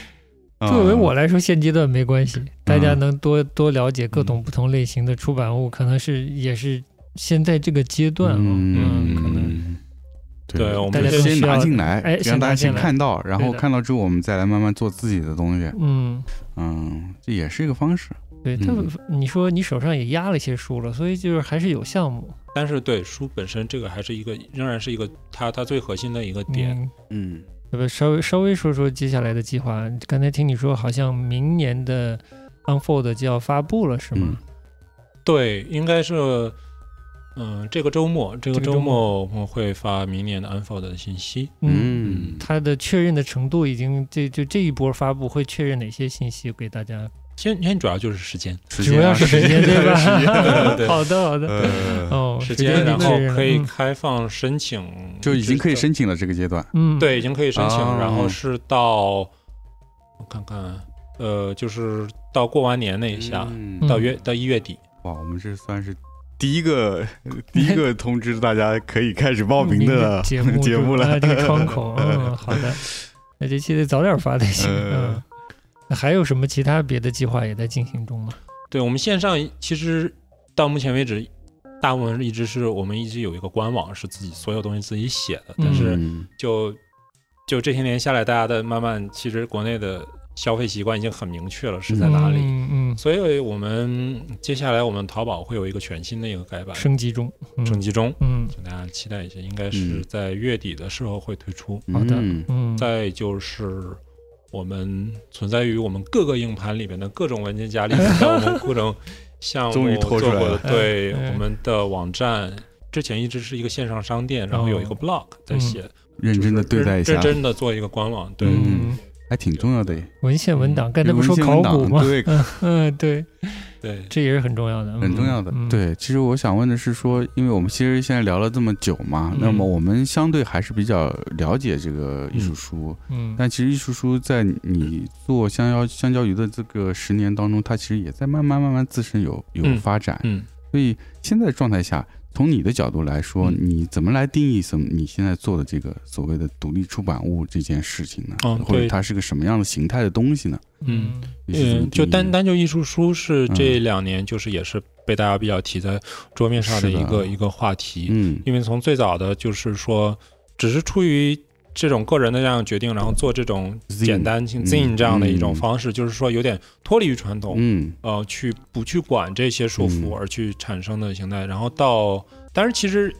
[SPEAKER 1] 啊
[SPEAKER 2] 作为我来说，现阶段没关系，大家
[SPEAKER 1] 嗯
[SPEAKER 2] 能多多了解各种不同类型的出版物，可能是也是现在这个阶段啊，嗯，可能
[SPEAKER 1] 嗯，
[SPEAKER 3] 对我们
[SPEAKER 2] 大家更
[SPEAKER 1] 先
[SPEAKER 2] 需
[SPEAKER 1] 拿
[SPEAKER 2] 要
[SPEAKER 1] 进来，
[SPEAKER 2] 哎
[SPEAKER 1] 让
[SPEAKER 2] 先
[SPEAKER 1] 大家
[SPEAKER 2] 拿进
[SPEAKER 1] 先
[SPEAKER 2] 来
[SPEAKER 1] 看到，然后
[SPEAKER 2] 对的
[SPEAKER 1] 看到之后，我们再来慢慢做自己的东西。
[SPEAKER 2] 嗯，
[SPEAKER 1] 嗯，这也是一个方式。
[SPEAKER 2] 对，他
[SPEAKER 1] 嗯
[SPEAKER 2] 你说你手上也压了一些书了，所以就是还是有项目
[SPEAKER 3] 但是对书本身这个还是一个，仍然是一个它它最核心的一个点。
[SPEAKER 2] 嗯
[SPEAKER 1] 嗯
[SPEAKER 2] 要不稍微稍微说说接下来的计划？刚才听你说好像明年的 Unfold 就要发布了，是吗？
[SPEAKER 3] 对，应该是，嗯、这个周末，这个
[SPEAKER 2] 这个周
[SPEAKER 3] 周末我们会发明年的 Unfold 的信息。
[SPEAKER 1] 嗯
[SPEAKER 2] 它的确认的程度已经这就这一波发布会确认哪些信息给大家？
[SPEAKER 3] 先先主要就是时间，
[SPEAKER 1] 时
[SPEAKER 2] 主
[SPEAKER 1] 间
[SPEAKER 2] 要
[SPEAKER 1] 啊
[SPEAKER 2] 是 时间对吧？
[SPEAKER 3] 对对 对
[SPEAKER 2] 好的好的，
[SPEAKER 1] 呃，
[SPEAKER 2] 哦，
[SPEAKER 3] 嗯时
[SPEAKER 2] 间
[SPEAKER 3] 间，
[SPEAKER 2] 已经
[SPEAKER 3] 然后
[SPEAKER 2] 确认了
[SPEAKER 3] 可以
[SPEAKER 2] 嗯
[SPEAKER 3] 开放申请，
[SPEAKER 1] 就已经可以
[SPEAKER 3] 申。
[SPEAKER 1] 申请了这个阶段。
[SPEAKER 2] 嗯，
[SPEAKER 3] 对，已经可以申请，
[SPEAKER 1] 哦
[SPEAKER 3] 然后是到我看看，呃，就是到过完年那一下，
[SPEAKER 1] 嗯
[SPEAKER 2] 嗯
[SPEAKER 3] 到月到一月底，
[SPEAKER 1] 哇，我们这算是第一个第一 个通知大家可以开始报名的
[SPEAKER 2] 节目
[SPEAKER 1] 节目
[SPEAKER 2] 啊
[SPEAKER 1] 了，
[SPEAKER 2] 这个 窗口，嗯，好的，那这期得早点发才行，
[SPEAKER 1] 呃
[SPEAKER 2] 嗯。那还有什么其他别的计划也在进行中吗？
[SPEAKER 3] 对我们线上其实到目前为止，大部分一直是我们一直有一个官网是自己所有东西自己写的，但是
[SPEAKER 1] 嗯
[SPEAKER 3] 就就这些年下来，大家的慢慢其实国内的消费习惯已经很明确了是在哪里，
[SPEAKER 2] 嗯嗯，
[SPEAKER 3] 所以我们接下来我们淘宝会有一个全新的一个改版，
[SPEAKER 2] 升级中，嗯
[SPEAKER 3] 升级中，
[SPEAKER 2] 嗯，
[SPEAKER 3] 请大家期待一下，应该是
[SPEAKER 1] 嗯
[SPEAKER 3] 在月底的时候会推出。
[SPEAKER 1] 嗯
[SPEAKER 2] 好的
[SPEAKER 1] 嗯，
[SPEAKER 2] 嗯，
[SPEAKER 3] 再就是我们存在于我们各个硬盘里面的各种文件夹里面，像我们各种项 目
[SPEAKER 1] 终于
[SPEAKER 3] 做
[SPEAKER 1] 拖出来
[SPEAKER 3] 过
[SPEAKER 1] 了
[SPEAKER 3] 的，对
[SPEAKER 2] 嗯
[SPEAKER 3] 我们的网站之前一直是一个线上商店，然后有一个
[SPEAKER 2] 哦
[SPEAKER 3] blog 在写，
[SPEAKER 1] 嗯认真的对待一下
[SPEAKER 3] 认，真的做一个官网，对，嗯
[SPEAKER 1] 嗯，还挺重要的耶，
[SPEAKER 2] 文献文档，刚才
[SPEAKER 1] 有
[SPEAKER 2] 不
[SPEAKER 1] 文
[SPEAKER 2] 说
[SPEAKER 1] 献
[SPEAKER 2] 考
[SPEAKER 1] 文档
[SPEAKER 2] 古吗？
[SPEAKER 1] 对，
[SPEAKER 2] 嗯，对，
[SPEAKER 3] 对，
[SPEAKER 2] 这也是很重要的，
[SPEAKER 1] 很重要的
[SPEAKER 2] 嗯。
[SPEAKER 1] 对，其实我想问的是说，因为我们其实现在聊了这么久嘛，那么
[SPEAKER 2] 嗯
[SPEAKER 1] 我们相对还是比较了解这个艺术书，
[SPEAKER 2] 嗯，
[SPEAKER 1] 但其实艺术书在你做香蕉香蕉鱼的这个十年当中，它其实也在慢慢慢慢自身有有
[SPEAKER 3] 嗯
[SPEAKER 1] 发展。
[SPEAKER 3] 嗯
[SPEAKER 1] 所以现在状态下，从你的角度来说，
[SPEAKER 3] 嗯
[SPEAKER 1] 你怎么来定义什么你现在做的这个所谓的独立出版物这件事情呢？
[SPEAKER 3] 嗯
[SPEAKER 1] 或者
[SPEAKER 3] 对
[SPEAKER 1] 它是个什么样的形态的东西呢？
[SPEAKER 3] 嗯
[SPEAKER 1] 你是怎么定
[SPEAKER 3] 嗯，
[SPEAKER 1] 义
[SPEAKER 3] 就单
[SPEAKER 1] 的
[SPEAKER 3] 单就艺术书是这
[SPEAKER 1] 嗯
[SPEAKER 3] 两年就是也是被大家比较提在桌面上
[SPEAKER 1] 是
[SPEAKER 3] 的
[SPEAKER 1] 的
[SPEAKER 3] 一个一个话题，
[SPEAKER 1] 嗯
[SPEAKER 3] 因为从最早的就是说，只是出于这种个人的这样的决定，然后做这种
[SPEAKER 1] Zine，
[SPEAKER 3] 简单性
[SPEAKER 1] 嗯
[SPEAKER 3] zin 这样的一种
[SPEAKER 1] 嗯
[SPEAKER 3] 方式，就是说有点脱离于传统，
[SPEAKER 1] 嗯
[SPEAKER 3] 呃，去不去管这些束
[SPEAKER 1] 嗯
[SPEAKER 3] 缚而去产生的形态，然后到，但是其实，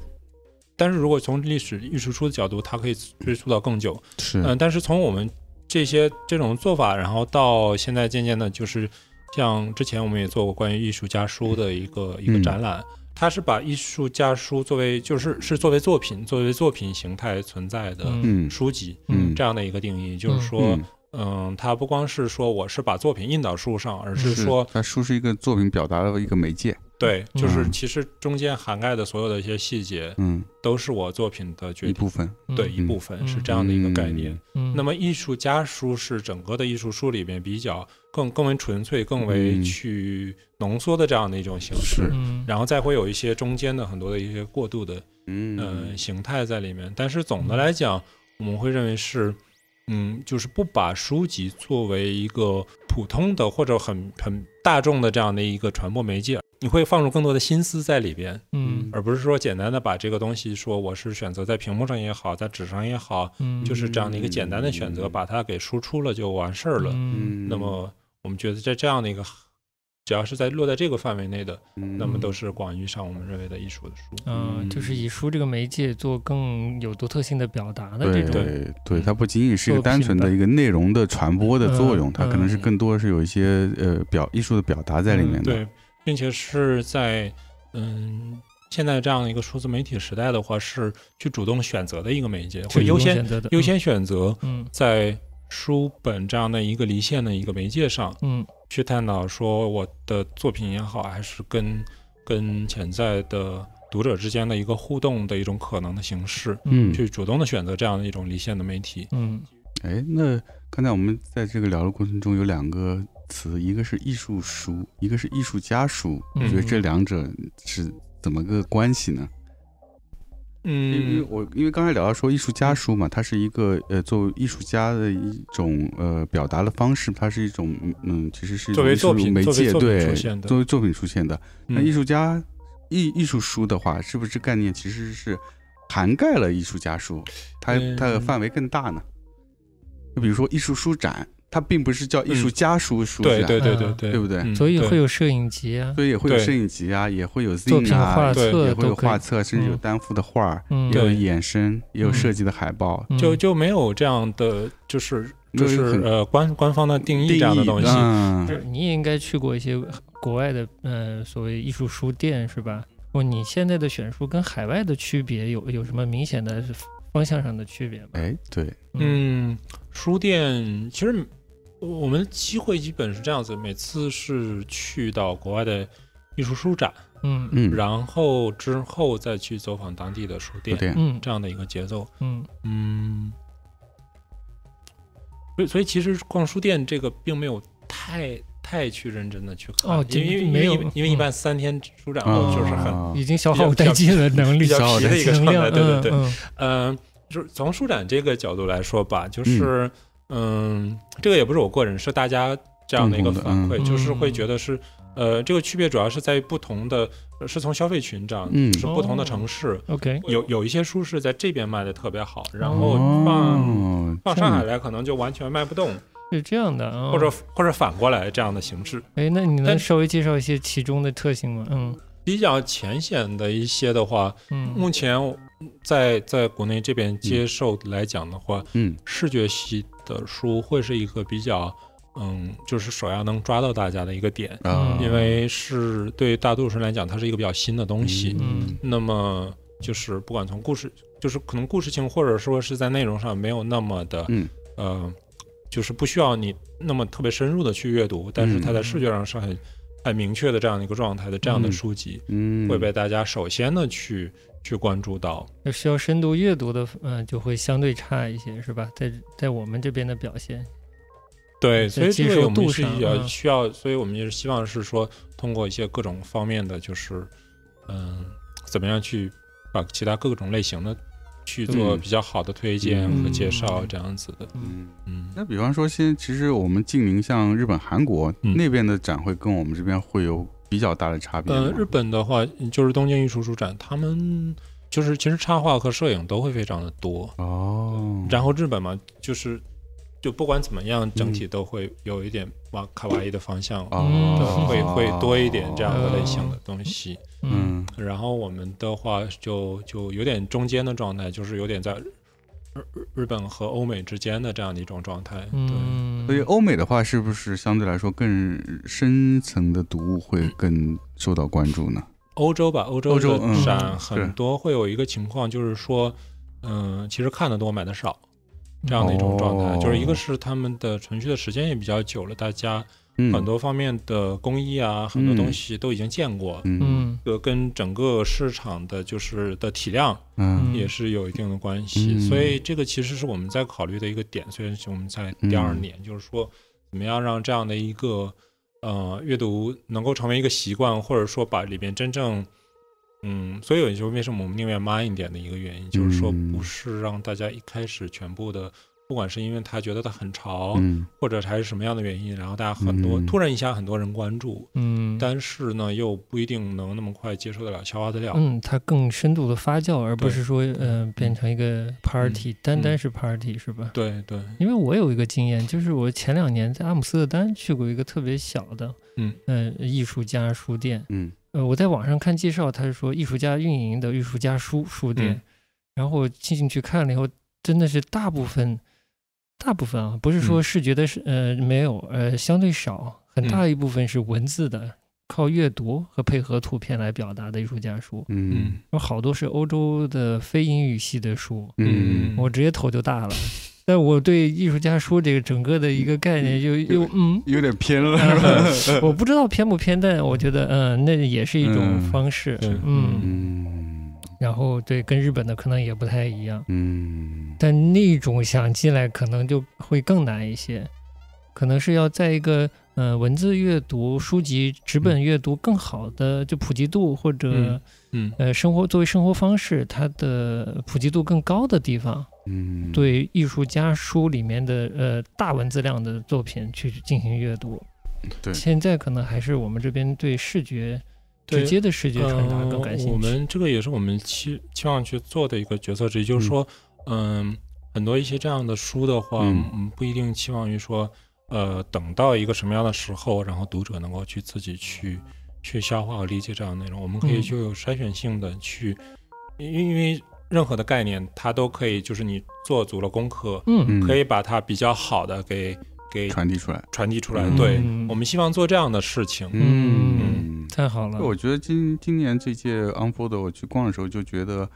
[SPEAKER 3] 但是如果从历史艺术书的角度，它可以追溯到更久，
[SPEAKER 1] 是
[SPEAKER 3] 嗯、但是从我们这些这种做法，然后到现在渐渐的，就是像之前我们也做过关于艺术家书的一个、一个
[SPEAKER 1] 嗯
[SPEAKER 3] 展览，它是把艺术家书作为就是是作为作品作为作品形态存在的
[SPEAKER 2] 嗯
[SPEAKER 1] 嗯
[SPEAKER 3] 书籍、
[SPEAKER 1] 嗯
[SPEAKER 3] 这样的一个定义，就是说，
[SPEAKER 1] 嗯
[SPEAKER 3] 嗯它不光是说我是把作品印到书上，而是
[SPEAKER 1] 嗯是
[SPEAKER 3] 说
[SPEAKER 1] 它书是一个作品表达的一个媒介，
[SPEAKER 3] 对，就
[SPEAKER 1] 嗯
[SPEAKER 3] 是其实中间涵盖的所有的一些细节
[SPEAKER 1] 嗯，
[SPEAKER 3] 都是我作品的决
[SPEAKER 1] 一
[SPEAKER 3] 定。
[SPEAKER 1] 部分
[SPEAKER 3] 对一
[SPEAKER 1] 嗯
[SPEAKER 3] 部分
[SPEAKER 2] 嗯
[SPEAKER 3] 是这样的一个概念，
[SPEAKER 2] 嗯，
[SPEAKER 3] 那么艺术家书是整个的艺术书里面比较更更为纯粹、更为
[SPEAKER 1] 嗯
[SPEAKER 3] 去浓缩的这样的一种形式，
[SPEAKER 1] 是
[SPEAKER 2] 嗯，
[SPEAKER 3] 然后再会有一些中间的很多的一些过渡的
[SPEAKER 1] 嗯
[SPEAKER 3] 呃形态在里面。但是总的来讲，我们会认为是，嗯，就是不把书籍作为一个普通的或者很很大众的这样的一个传播媒介，你会放入更多的心思在里边，
[SPEAKER 2] 嗯
[SPEAKER 3] 而不是说简单的把这个东西说我是选择在屏幕上也好，在纸上也好，
[SPEAKER 2] 嗯，
[SPEAKER 3] 就是这样的一个简单的选择，
[SPEAKER 1] 嗯
[SPEAKER 3] 把它给输出了就完事儿了。
[SPEAKER 2] 嗯
[SPEAKER 1] 嗯
[SPEAKER 3] 那么我们觉得在这样的一个，只要是在落在这个范围内的，
[SPEAKER 1] 嗯
[SPEAKER 3] 那么都是广义上我们认为的艺术的书。
[SPEAKER 2] 嗯，就是以书这个媒介做更有独特性的表达的这
[SPEAKER 1] 对
[SPEAKER 2] 种，
[SPEAKER 1] 对对，它不仅仅是一个单纯的
[SPEAKER 2] 作
[SPEAKER 1] 一个内容的传播的作用，
[SPEAKER 2] 嗯
[SPEAKER 1] 它可能是
[SPEAKER 3] 嗯
[SPEAKER 1] 更多是有一些呃表艺术的表达在里面的。
[SPEAKER 3] 对，嗯并且是在嗯现在这样的一个数字媒体时代的话，是去主动选择的一个媒介，
[SPEAKER 2] 是
[SPEAKER 3] 会优
[SPEAKER 2] 有
[SPEAKER 3] 先
[SPEAKER 2] 选择的
[SPEAKER 3] 优，先选择
[SPEAKER 2] 嗯
[SPEAKER 3] 在书本这样的一个离线的一个媒介上。
[SPEAKER 2] 嗯
[SPEAKER 3] 去探讨说我的作品也好，还是跟跟潜在的读者之间的一个互动的一种可能的形式，
[SPEAKER 1] 嗯
[SPEAKER 3] 去主动的选择这样的一种离线的媒体。
[SPEAKER 2] 嗯
[SPEAKER 1] 哎，那刚才我们在这个聊的过程中有两个词，一个是艺术书，一个是艺术家书，
[SPEAKER 2] 嗯
[SPEAKER 1] 你觉得这两者是怎么个关系呢？因为
[SPEAKER 3] 嗯
[SPEAKER 1] 我因为刚才聊到说艺术家书嘛，它是一个呃作为艺术家的一种呃表达的方式，它是一种嗯嗯，其实是一种
[SPEAKER 3] 作为
[SPEAKER 1] 艺术
[SPEAKER 3] 作品
[SPEAKER 1] 媒
[SPEAKER 3] 作为
[SPEAKER 1] 介，
[SPEAKER 3] 作品
[SPEAKER 1] 对
[SPEAKER 3] 出现，的
[SPEAKER 1] 作为作品出现的。那
[SPEAKER 3] 嗯
[SPEAKER 1] 艺术家艺艺术书的话，是不是概念其实是涵盖了艺术家书？它
[SPEAKER 3] 嗯
[SPEAKER 1] 它的范围更大呢？就比如说艺术书展，它并不是叫艺术家书书展
[SPEAKER 3] 嗯对，对对对
[SPEAKER 2] 啊
[SPEAKER 3] 对，
[SPEAKER 1] 对不对
[SPEAKER 3] 嗯
[SPEAKER 2] 所以
[SPEAKER 3] 对
[SPEAKER 2] 会有摄影集啊，
[SPEAKER 1] 所以也会有
[SPEAKER 3] 对
[SPEAKER 1] 摄影集啊，也会有 z
[SPEAKER 2] 作
[SPEAKER 1] i
[SPEAKER 2] 品
[SPEAKER 1] n 啊
[SPEAKER 2] 画，
[SPEAKER 3] 对
[SPEAKER 1] 也
[SPEAKER 2] 册
[SPEAKER 1] 会有
[SPEAKER 2] 都可
[SPEAKER 1] 画
[SPEAKER 2] 以，
[SPEAKER 1] 册，甚至有
[SPEAKER 2] 嗯
[SPEAKER 1] 单幅的画儿，
[SPEAKER 2] 嗯
[SPEAKER 1] 也有
[SPEAKER 3] 对
[SPEAKER 1] 衍生，也有
[SPEAKER 2] 嗯
[SPEAKER 1] 设计的海报，
[SPEAKER 2] 嗯
[SPEAKER 3] 就就没有这样的就是就
[SPEAKER 1] 没有一个
[SPEAKER 3] 是
[SPEAKER 1] 很
[SPEAKER 3] 呃官官方的定义
[SPEAKER 1] 定
[SPEAKER 3] 这样的
[SPEAKER 1] 义
[SPEAKER 3] 东西。
[SPEAKER 1] 嗯
[SPEAKER 2] 是你也应该去过一些国外的，呃，所谓艺术书店是吧？不，你现在的选书跟海外的区别有有什么明显的方向上的区别吗？
[SPEAKER 1] 哎，对，
[SPEAKER 3] 嗯，书店其实我我们机会基本是这样子，每次是去到国外的艺术书展。
[SPEAKER 2] 嗯嗯
[SPEAKER 1] 嗯，
[SPEAKER 3] 然后之后再去走访当地的书
[SPEAKER 1] 有
[SPEAKER 3] 店，
[SPEAKER 1] 点，
[SPEAKER 2] 嗯
[SPEAKER 3] 这样的一个节奏。
[SPEAKER 2] 嗯
[SPEAKER 3] 嗯，所以所以其实逛书店这个并没有太太去认真的去看，
[SPEAKER 2] 哦
[SPEAKER 3] 因为
[SPEAKER 2] 这
[SPEAKER 3] 因为
[SPEAKER 2] 没有嗯
[SPEAKER 3] 因为因为一般三天书展
[SPEAKER 1] 啊
[SPEAKER 3] 后就是很、
[SPEAKER 2] 已经消耗殆尽了能力，
[SPEAKER 3] 比较皮的一个
[SPEAKER 2] 能
[SPEAKER 3] 状
[SPEAKER 2] 量，
[SPEAKER 3] 态，对对对，
[SPEAKER 2] 嗯
[SPEAKER 3] 嗯，就是从书展这个角度来说吧，就是嗯这个也不是我个人，是大家这样的一个反
[SPEAKER 1] 共同的
[SPEAKER 3] 馈，
[SPEAKER 2] 嗯
[SPEAKER 3] 就是会觉得是呃，这个区别主要是在于不同的，呃是从消费群这样，
[SPEAKER 1] 嗯
[SPEAKER 3] 就是不同的城市，
[SPEAKER 2] 嗯，OK，
[SPEAKER 3] 有有一些书是在这边卖的特别好，然后放。
[SPEAKER 1] 哦，
[SPEAKER 3] 放
[SPEAKER 1] 这样
[SPEAKER 3] 上海来可能就完全卖不动，
[SPEAKER 2] 是这样的啊。
[SPEAKER 3] 或者或者反过来这样的形式。
[SPEAKER 2] 哎，那你能
[SPEAKER 3] 但
[SPEAKER 2] 稍微介绍一些其中的特性吗？嗯
[SPEAKER 3] 比较浅显的一些的话，
[SPEAKER 2] 嗯
[SPEAKER 3] 目前在在国内这边接受来讲的话，
[SPEAKER 1] 嗯
[SPEAKER 3] 视觉系的书会是一个比较，嗯，就是首要能抓到大家的一个点，
[SPEAKER 1] 啊，
[SPEAKER 3] 因为是
[SPEAKER 1] 嗯
[SPEAKER 3] 对大多数人来讲，它是一个比较新的东西。
[SPEAKER 2] 嗯
[SPEAKER 3] 那么就是不管从故事就是可能故事性或者说是在内容上没有那么的，
[SPEAKER 1] 嗯
[SPEAKER 3] 呃，就是不需要你那么特别深入的去阅读，但是它在
[SPEAKER 2] 嗯
[SPEAKER 3] 视觉上是很很明确的这样的一个状态的这样的
[SPEAKER 1] 嗯
[SPEAKER 3] 书籍，
[SPEAKER 1] 嗯，
[SPEAKER 3] 会被大家首先的去去关注到。
[SPEAKER 2] 要需要深度阅读的，嗯、就会相对差一些，是吧？在在我们这边的表现，
[SPEAKER 3] 对，
[SPEAKER 2] 在
[SPEAKER 3] 所以
[SPEAKER 2] 接
[SPEAKER 3] 这个
[SPEAKER 2] 受
[SPEAKER 3] 我们
[SPEAKER 2] 度
[SPEAKER 3] 是
[SPEAKER 2] 上
[SPEAKER 3] 要
[SPEAKER 2] 嗯
[SPEAKER 3] 需要，所以我们也是希望是说，通过一些各种方面的，就是嗯，怎么样去把其他各种类型的去做
[SPEAKER 1] 嗯
[SPEAKER 3] 比较好的推荐和介绍，
[SPEAKER 2] 嗯
[SPEAKER 3] 这样子的。
[SPEAKER 1] 嗯。
[SPEAKER 3] 嗯，
[SPEAKER 1] 那比方说，现其实我们近邻像日本、韩国、
[SPEAKER 3] 嗯
[SPEAKER 1] 那边的展会，跟我们这边会有比较大的差别吗。
[SPEAKER 3] 呃，日本的话就是东京艺术书展，他们就是其实插画和摄影都会非常的多。
[SPEAKER 1] 哦，
[SPEAKER 3] 然后日本嘛，就是就不管怎么样，整
[SPEAKER 1] 嗯
[SPEAKER 3] 体都会有一点哇卡哇伊的方向，
[SPEAKER 2] 嗯
[SPEAKER 1] 哦，
[SPEAKER 3] 会会多一点这样的类型
[SPEAKER 2] 哦
[SPEAKER 3] 的东西。
[SPEAKER 2] 嗯，
[SPEAKER 1] 嗯，
[SPEAKER 3] 然后我们的话就就有点中间的状态，就是有点在日日日本和欧美之间的这样的一种状态。对，
[SPEAKER 2] 嗯
[SPEAKER 1] 所以欧美的话，是不是相对来说更深层的读物会更受到关注呢？
[SPEAKER 3] 欧洲吧，欧洲
[SPEAKER 1] 欧洲
[SPEAKER 3] 的
[SPEAKER 1] 嗯
[SPEAKER 3] 展
[SPEAKER 1] 是
[SPEAKER 3] 很多会有一个情况，就是说，嗯、其实看得多，买的少这样的一种状态。
[SPEAKER 1] 哦
[SPEAKER 3] 就是一个是他们的存续的时间也比较久了，大家
[SPEAKER 1] 嗯，
[SPEAKER 3] 很多方面的工艺啊，很多东西都已经见过。
[SPEAKER 1] 嗯，
[SPEAKER 2] 嗯
[SPEAKER 3] 呃，跟整个市场的就是的体量
[SPEAKER 1] 嗯
[SPEAKER 2] 嗯
[SPEAKER 3] 也是有一定的关系，
[SPEAKER 1] 嗯
[SPEAKER 3] 所以这个其实是我们在考虑的一个点。虽然是我们在第二年，
[SPEAKER 1] 嗯
[SPEAKER 3] 就是说怎么样让这样的一个呃阅读能够成为一个习惯，或者说把里边真正嗯，所以也就是为什么我们宁愿慢一点的一个原因，就是说
[SPEAKER 1] 嗯
[SPEAKER 3] 不是让大家一开始全部的，不管是因为他觉得它很潮，
[SPEAKER 1] 嗯
[SPEAKER 3] 或者还是什么样的原因，然后大家很多、
[SPEAKER 1] 嗯
[SPEAKER 3] 突然一下很多人关注，
[SPEAKER 2] 嗯，
[SPEAKER 3] 但是呢又不一定能那么快接受得了、消化得了。
[SPEAKER 2] 嗯，它更深度的发酵，而不
[SPEAKER 3] 对嗯
[SPEAKER 2] 是说嗯、呃变成一个 party，、单单是 party 是吧？
[SPEAKER 3] 对对，
[SPEAKER 2] 因为我有一个经验，就是我前两年在阿姆斯特丹去过一个特别小的，
[SPEAKER 3] 嗯
[SPEAKER 2] 呃，艺术家书店。
[SPEAKER 1] 嗯
[SPEAKER 2] 呃，我在网上看介绍，他是说艺术家运营的艺术家书书店，
[SPEAKER 3] 嗯
[SPEAKER 2] 然后我进去看了以后，真的是大部分，大部分啊，不是说
[SPEAKER 3] 嗯
[SPEAKER 2] 视觉的是、呃没有，呃相对少，很大一部分是文字的，靠阅读和配合图片来表达的艺术家书，
[SPEAKER 1] 嗯
[SPEAKER 3] 嗯
[SPEAKER 2] 有好多是欧洲的非英语系的书，
[SPEAKER 1] 嗯
[SPEAKER 2] 我直接头就大了。 但我对艺术家书这个整个的一个概念又又嗯，
[SPEAKER 1] 有点偏了，
[SPEAKER 2] 我不知道偏不偏，但我觉得嗯，那也是一种
[SPEAKER 1] 嗯
[SPEAKER 2] 方式，
[SPEAKER 3] 是
[SPEAKER 2] 嗯。
[SPEAKER 1] 嗯
[SPEAKER 2] 然后对，跟日本的可能也不太一样，
[SPEAKER 1] 嗯
[SPEAKER 2] 但那种想进来可能就会更难一些，可能是要在一个嗯、呃文字阅读、书籍、纸本阅读更好的就普及度或者、
[SPEAKER 3] 嗯嗯。
[SPEAKER 2] 呃生活作为生活方式，它的普及度更高的地方，
[SPEAKER 1] 嗯，，
[SPEAKER 2] 对艺术家书里面的呃大文字量的作品去进行阅读。
[SPEAKER 1] 对
[SPEAKER 2] 现在可能还是我们这边对视觉
[SPEAKER 3] 对
[SPEAKER 2] 直接的视觉传达更感
[SPEAKER 3] 呃
[SPEAKER 2] 兴趣。
[SPEAKER 3] 我们这个也是我们期期望去做的一个决策之一，就是说，嗯、很多一些这样的书的话，
[SPEAKER 1] 嗯
[SPEAKER 3] 嗯，不一定期望于说，呃，等到一个什么样的时候，然后读者能够去自己去去消化和理解这样的内容。我们可以
[SPEAKER 2] 嗯
[SPEAKER 3] 就有筛选性的去，因为因为任何的概念，它都可以就是你做足了功课，
[SPEAKER 2] 嗯
[SPEAKER 3] 可以把它比较好的给给
[SPEAKER 1] 传递出来，
[SPEAKER 3] 传递出来。
[SPEAKER 1] 嗯
[SPEAKER 3] 对
[SPEAKER 2] 嗯
[SPEAKER 3] 我们希望做这样的事情。
[SPEAKER 1] 嗯。
[SPEAKER 2] 太好了，
[SPEAKER 1] 我觉得今今年这届 Unfold 我去逛的时候就觉得，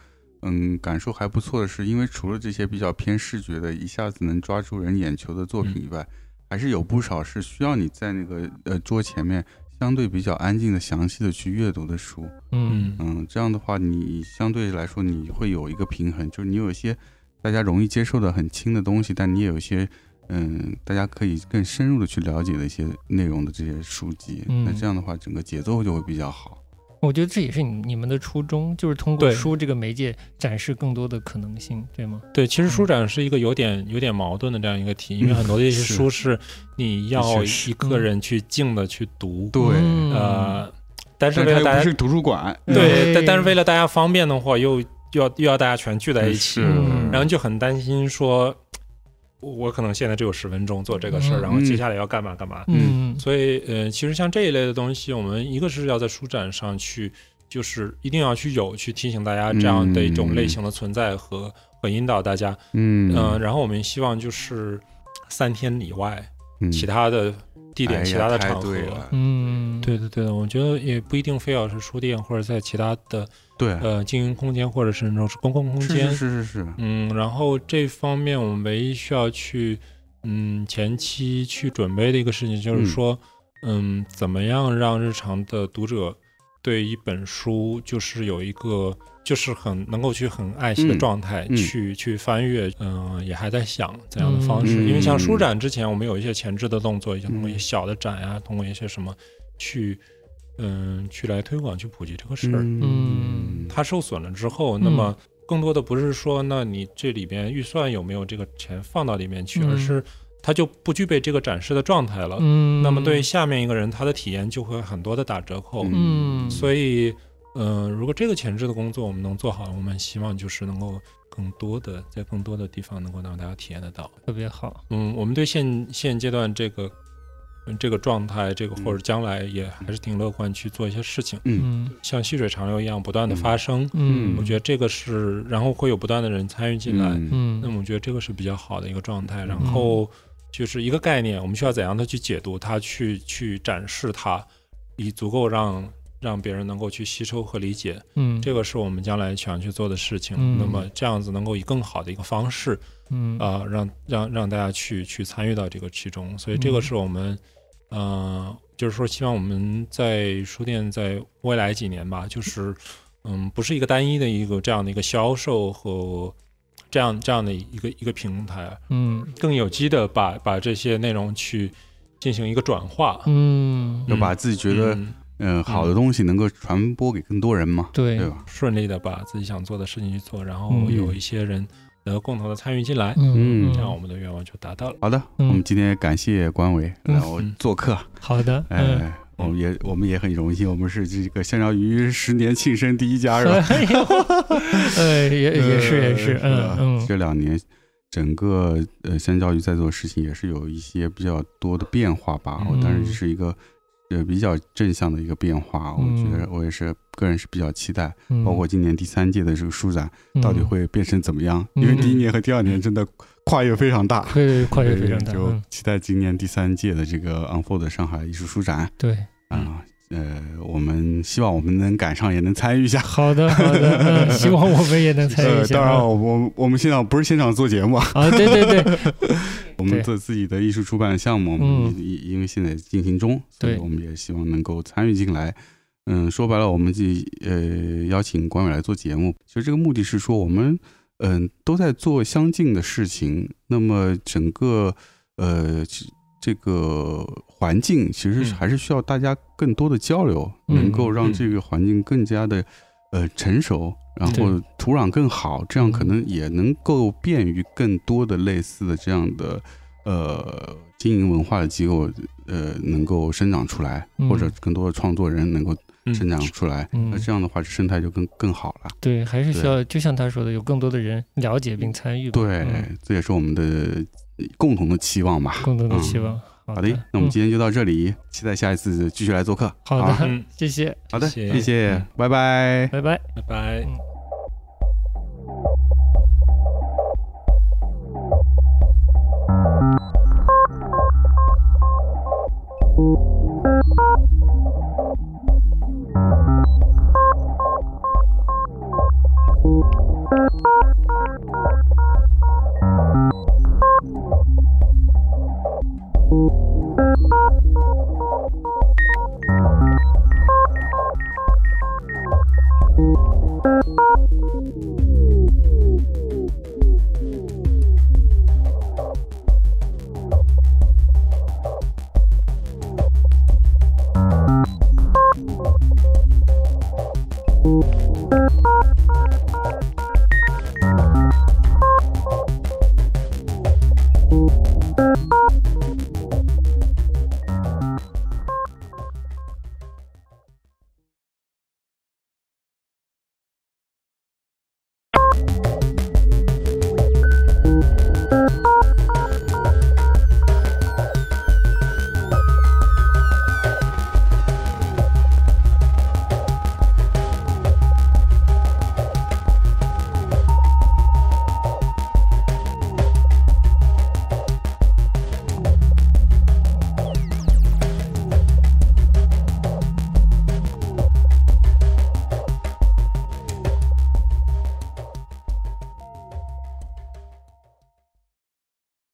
[SPEAKER 1] 嗯，感受还不错的是，因为除了这些比较偏视觉的，一下子能抓住人眼球的作品以外，还是有不少是需要你在那个呃桌前面相对比较安静的、详细的去阅读的书。
[SPEAKER 2] 嗯
[SPEAKER 3] 嗯
[SPEAKER 1] 嗯，这样的话，你相对来说你会有一个平衡，就是你有一些大家容易接受的很轻的东西，但你也有一些。嗯，大家可以更深入的去了解的一些内容的这些书籍，
[SPEAKER 2] 嗯
[SPEAKER 1] 那这样的话，整个节奏就会比较好。
[SPEAKER 2] 我觉得这也是你你们的初衷，就是通过
[SPEAKER 3] 对
[SPEAKER 2] 书这个媒介展示更多的可能性，对吗？
[SPEAKER 3] 对，其实书展是一个有点有点矛盾的这样一个题，因为
[SPEAKER 1] 嗯
[SPEAKER 3] 很多的一些
[SPEAKER 1] 是
[SPEAKER 3] 书是你要
[SPEAKER 1] 确实
[SPEAKER 3] 一个人去静的去读，
[SPEAKER 1] 对
[SPEAKER 2] 嗯
[SPEAKER 3] 呃，但是
[SPEAKER 1] 但
[SPEAKER 3] 为
[SPEAKER 1] 它
[SPEAKER 3] 了
[SPEAKER 1] 又
[SPEAKER 3] 大
[SPEAKER 1] 不
[SPEAKER 3] 家
[SPEAKER 1] 是图书馆，嗯
[SPEAKER 3] 对，
[SPEAKER 2] 哎
[SPEAKER 3] 但但是为了大家方便的话，又又要又要大家全聚在一起，
[SPEAKER 1] 是
[SPEAKER 2] 嗯
[SPEAKER 3] 然后就很担心说，我我可能现在只有十分钟做这个事儿，
[SPEAKER 2] 嗯
[SPEAKER 3] 然后接下来要干嘛干嘛，
[SPEAKER 2] 嗯
[SPEAKER 3] 所以呃，其实像这一类的东西，我们一个是要在书展上去，就是一定要去有去提醒大家这样的一种类型的存在和、和引导大家。
[SPEAKER 1] 嗯
[SPEAKER 3] 嗯，然后我们希望就是三天以外，
[SPEAKER 1] 嗯
[SPEAKER 3] 其他的地点、
[SPEAKER 1] 哎呀
[SPEAKER 3] 其他的场
[SPEAKER 1] 太
[SPEAKER 3] 合，
[SPEAKER 1] 对了
[SPEAKER 2] 嗯，
[SPEAKER 3] 对的，对的，我觉得也不一定非要是书店或者在其他的
[SPEAKER 1] 对，
[SPEAKER 3] 呃经营空间，或者是那种是公共空
[SPEAKER 1] 是
[SPEAKER 3] 间
[SPEAKER 1] 是，是是是，
[SPEAKER 3] 嗯，然后这方面我们唯一需要去，嗯，前期去准备的一个事情就是
[SPEAKER 1] 嗯
[SPEAKER 3] 说，嗯，怎么样让日常的读者对一本书就是有一个就是很能够去很爱惜的
[SPEAKER 1] 嗯
[SPEAKER 3] 状态、
[SPEAKER 1] 嗯
[SPEAKER 3] 去去翻阅，嗯、也还在想怎样的方式，
[SPEAKER 1] 嗯
[SPEAKER 3] 因为像
[SPEAKER 1] 嗯
[SPEAKER 3] 书展之前我们有一些前置的动作，像通过一些
[SPEAKER 1] 嗯
[SPEAKER 3] 小的展呀、通过一些什么去，嗯、去来推广去普及这个事儿，
[SPEAKER 1] 嗯，
[SPEAKER 3] 它受损了之后，那
[SPEAKER 2] 嗯
[SPEAKER 3] 么更多的不是说，那你这里边预算有没有这个钱放到里面去，
[SPEAKER 2] 嗯
[SPEAKER 3] 而是它就不具备这个展示的状态了。
[SPEAKER 2] 嗯，
[SPEAKER 3] 那么对于下面一个人，他的体验就会很多的打折扣。
[SPEAKER 2] 嗯
[SPEAKER 3] 所以，呃，如果这个前置的工作我们能做好，我们希望就是能够更多的在更多的地方能够让大家体验得到。
[SPEAKER 2] 特别好，
[SPEAKER 3] 嗯，我们对现现阶段这个。嗯这个状态，这个
[SPEAKER 1] 嗯
[SPEAKER 3] 或者将来也还是挺乐观，去做一些事情，
[SPEAKER 1] 嗯
[SPEAKER 2] 嗯
[SPEAKER 3] 像细水长流一样不断的发生。
[SPEAKER 2] 嗯，
[SPEAKER 3] 我觉得这个是，然后会有不断的人参与进来，
[SPEAKER 1] 嗯
[SPEAKER 2] 嗯
[SPEAKER 3] 那么我觉得这个是比较好的一个状态。然
[SPEAKER 1] 嗯
[SPEAKER 3] 后就是一个概念，我们需要怎样的去解读它，去去展示它，以足够让让别人能够去吸收和理解，
[SPEAKER 2] 嗯
[SPEAKER 3] 这个是我们将来想去做的事情。
[SPEAKER 2] 嗯
[SPEAKER 3] 那么这样子能够以更好的一个方式
[SPEAKER 2] 嗯
[SPEAKER 3] 啊、让让让大家去去参与到这个其中，所以这个
[SPEAKER 2] 嗯
[SPEAKER 3] 是我们，呃，就是说希望我们在书店在未来几年吧，就是，嗯，不是一个单一的一个这样的一个销售和这样这样的一个一个平台，
[SPEAKER 2] 嗯
[SPEAKER 3] 更有机的把把这些内容去进行一个转化，
[SPEAKER 2] 嗯，
[SPEAKER 1] 要把自己觉得
[SPEAKER 3] 嗯
[SPEAKER 1] 嗯好的东西能够传播给更多人嘛，
[SPEAKER 2] 对
[SPEAKER 1] 对，吧？
[SPEAKER 3] 顺利的把自己想做的事情去做，然后
[SPEAKER 2] 嗯
[SPEAKER 3] 有一些人能够共同的参与进来，
[SPEAKER 2] 嗯，
[SPEAKER 1] 嗯
[SPEAKER 3] 这样我们的愿望就达到了。
[SPEAKER 1] 好的，我
[SPEAKER 2] 嗯
[SPEAKER 1] 们今天也感谢关伟
[SPEAKER 2] 嗯
[SPEAKER 1] 来我做客，
[SPEAKER 2] 好的，嗯，
[SPEAKER 1] 哎，我们也我们也很荣幸，我们是这个相当于十年庆生第一 家是 吧？
[SPEAKER 2] 哎呦，呃，也 也是 也是，
[SPEAKER 1] 呃
[SPEAKER 2] 嗯嗯
[SPEAKER 1] 这两年整个呃相较于在做的事情也是有一些比较多的变化吧，我
[SPEAKER 3] 嗯
[SPEAKER 1] 当然是一个呃比较正向的一个变化，我
[SPEAKER 2] 嗯
[SPEAKER 1] 觉得我也是个人是比较期待，
[SPEAKER 2] 嗯，
[SPEAKER 1] 包括今年第三届的这个书展到底会变成怎么样，
[SPEAKER 2] 嗯
[SPEAKER 1] 因为第一年和第二年真的跨越非常大。
[SPEAKER 2] 会 跨越非常大，
[SPEAKER 1] 就
[SPEAKER 2] 嗯
[SPEAKER 1] 期待今年第三届的这个 Unfold 上海艺术书展
[SPEAKER 2] 对，嗯
[SPEAKER 1] 啊，呃，我们希望我们能赶上，也能参与一下。
[SPEAKER 2] 好的好的，嗯，希望我们也能参与
[SPEAKER 1] 呃
[SPEAKER 2] 一，下，嗯
[SPEAKER 1] 当然，我我我们现场不是现场做节目啊，
[SPEAKER 2] 啊，对对对，
[SPEAKER 1] 我们
[SPEAKER 2] 对
[SPEAKER 1] 做自己的艺术出版项目，我
[SPEAKER 2] 嗯
[SPEAKER 1] 们因因为现在进行中，所以
[SPEAKER 2] 对
[SPEAKER 1] 我们也希望能够参与进来。嗯，说白了，我们自己呃邀请管委来做节目，其实这个目的是说我们嗯、都在做相近的事情，那么整个呃其这个环境其实
[SPEAKER 3] 嗯
[SPEAKER 1] 还是需要大家更多的交流，
[SPEAKER 2] 嗯
[SPEAKER 1] 能够让
[SPEAKER 3] 嗯
[SPEAKER 1] 这个环境更加的呃成熟，然后
[SPEAKER 2] 对
[SPEAKER 1] 土壤更好，这样可
[SPEAKER 2] 嗯
[SPEAKER 1] 能也能够便于更多的类似的这样的呃经营文化的机构呃能够生长出来，
[SPEAKER 2] 嗯
[SPEAKER 1] 或者更多的创作人能够
[SPEAKER 3] 嗯
[SPEAKER 1] 生长出来，
[SPEAKER 2] 嗯
[SPEAKER 1] 那这样的话生态就更更好了。
[SPEAKER 2] 对，还是需
[SPEAKER 1] 对
[SPEAKER 2] 要，就像他说的，有更多的人了解并参与吧，
[SPEAKER 1] 对
[SPEAKER 2] 嗯，
[SPEAKER 1] 这也是我们的共同的期望吧。
[SPEAKER 2] 更多的
[SPEAKER 1] 嗯
[SPEAKER 2] 期望。好
[SPEAKER 1] 好的，那我们
[SPEAKER 2] 嗯
[SPEAKER 1] 今天就到这里，期待下一次继续来做客。
[SPEAKER 2] 好
[SPEAKER 1] 吧
[SPEAKER 2] 的
[SPEAKER 3] 嗯，
[SPEAKER 2] 谢谢，嗯
[SPEAKER 1] 好的，
[SPEAKER 3] 谢谢
[SPEAKER 1] 谢谢，拜拜。
[SPEAKER 2] 拜拜。
[SPEAKER 3] 拜
[SPEAKER 2] 嗯
[SPEAKER 3] 拜。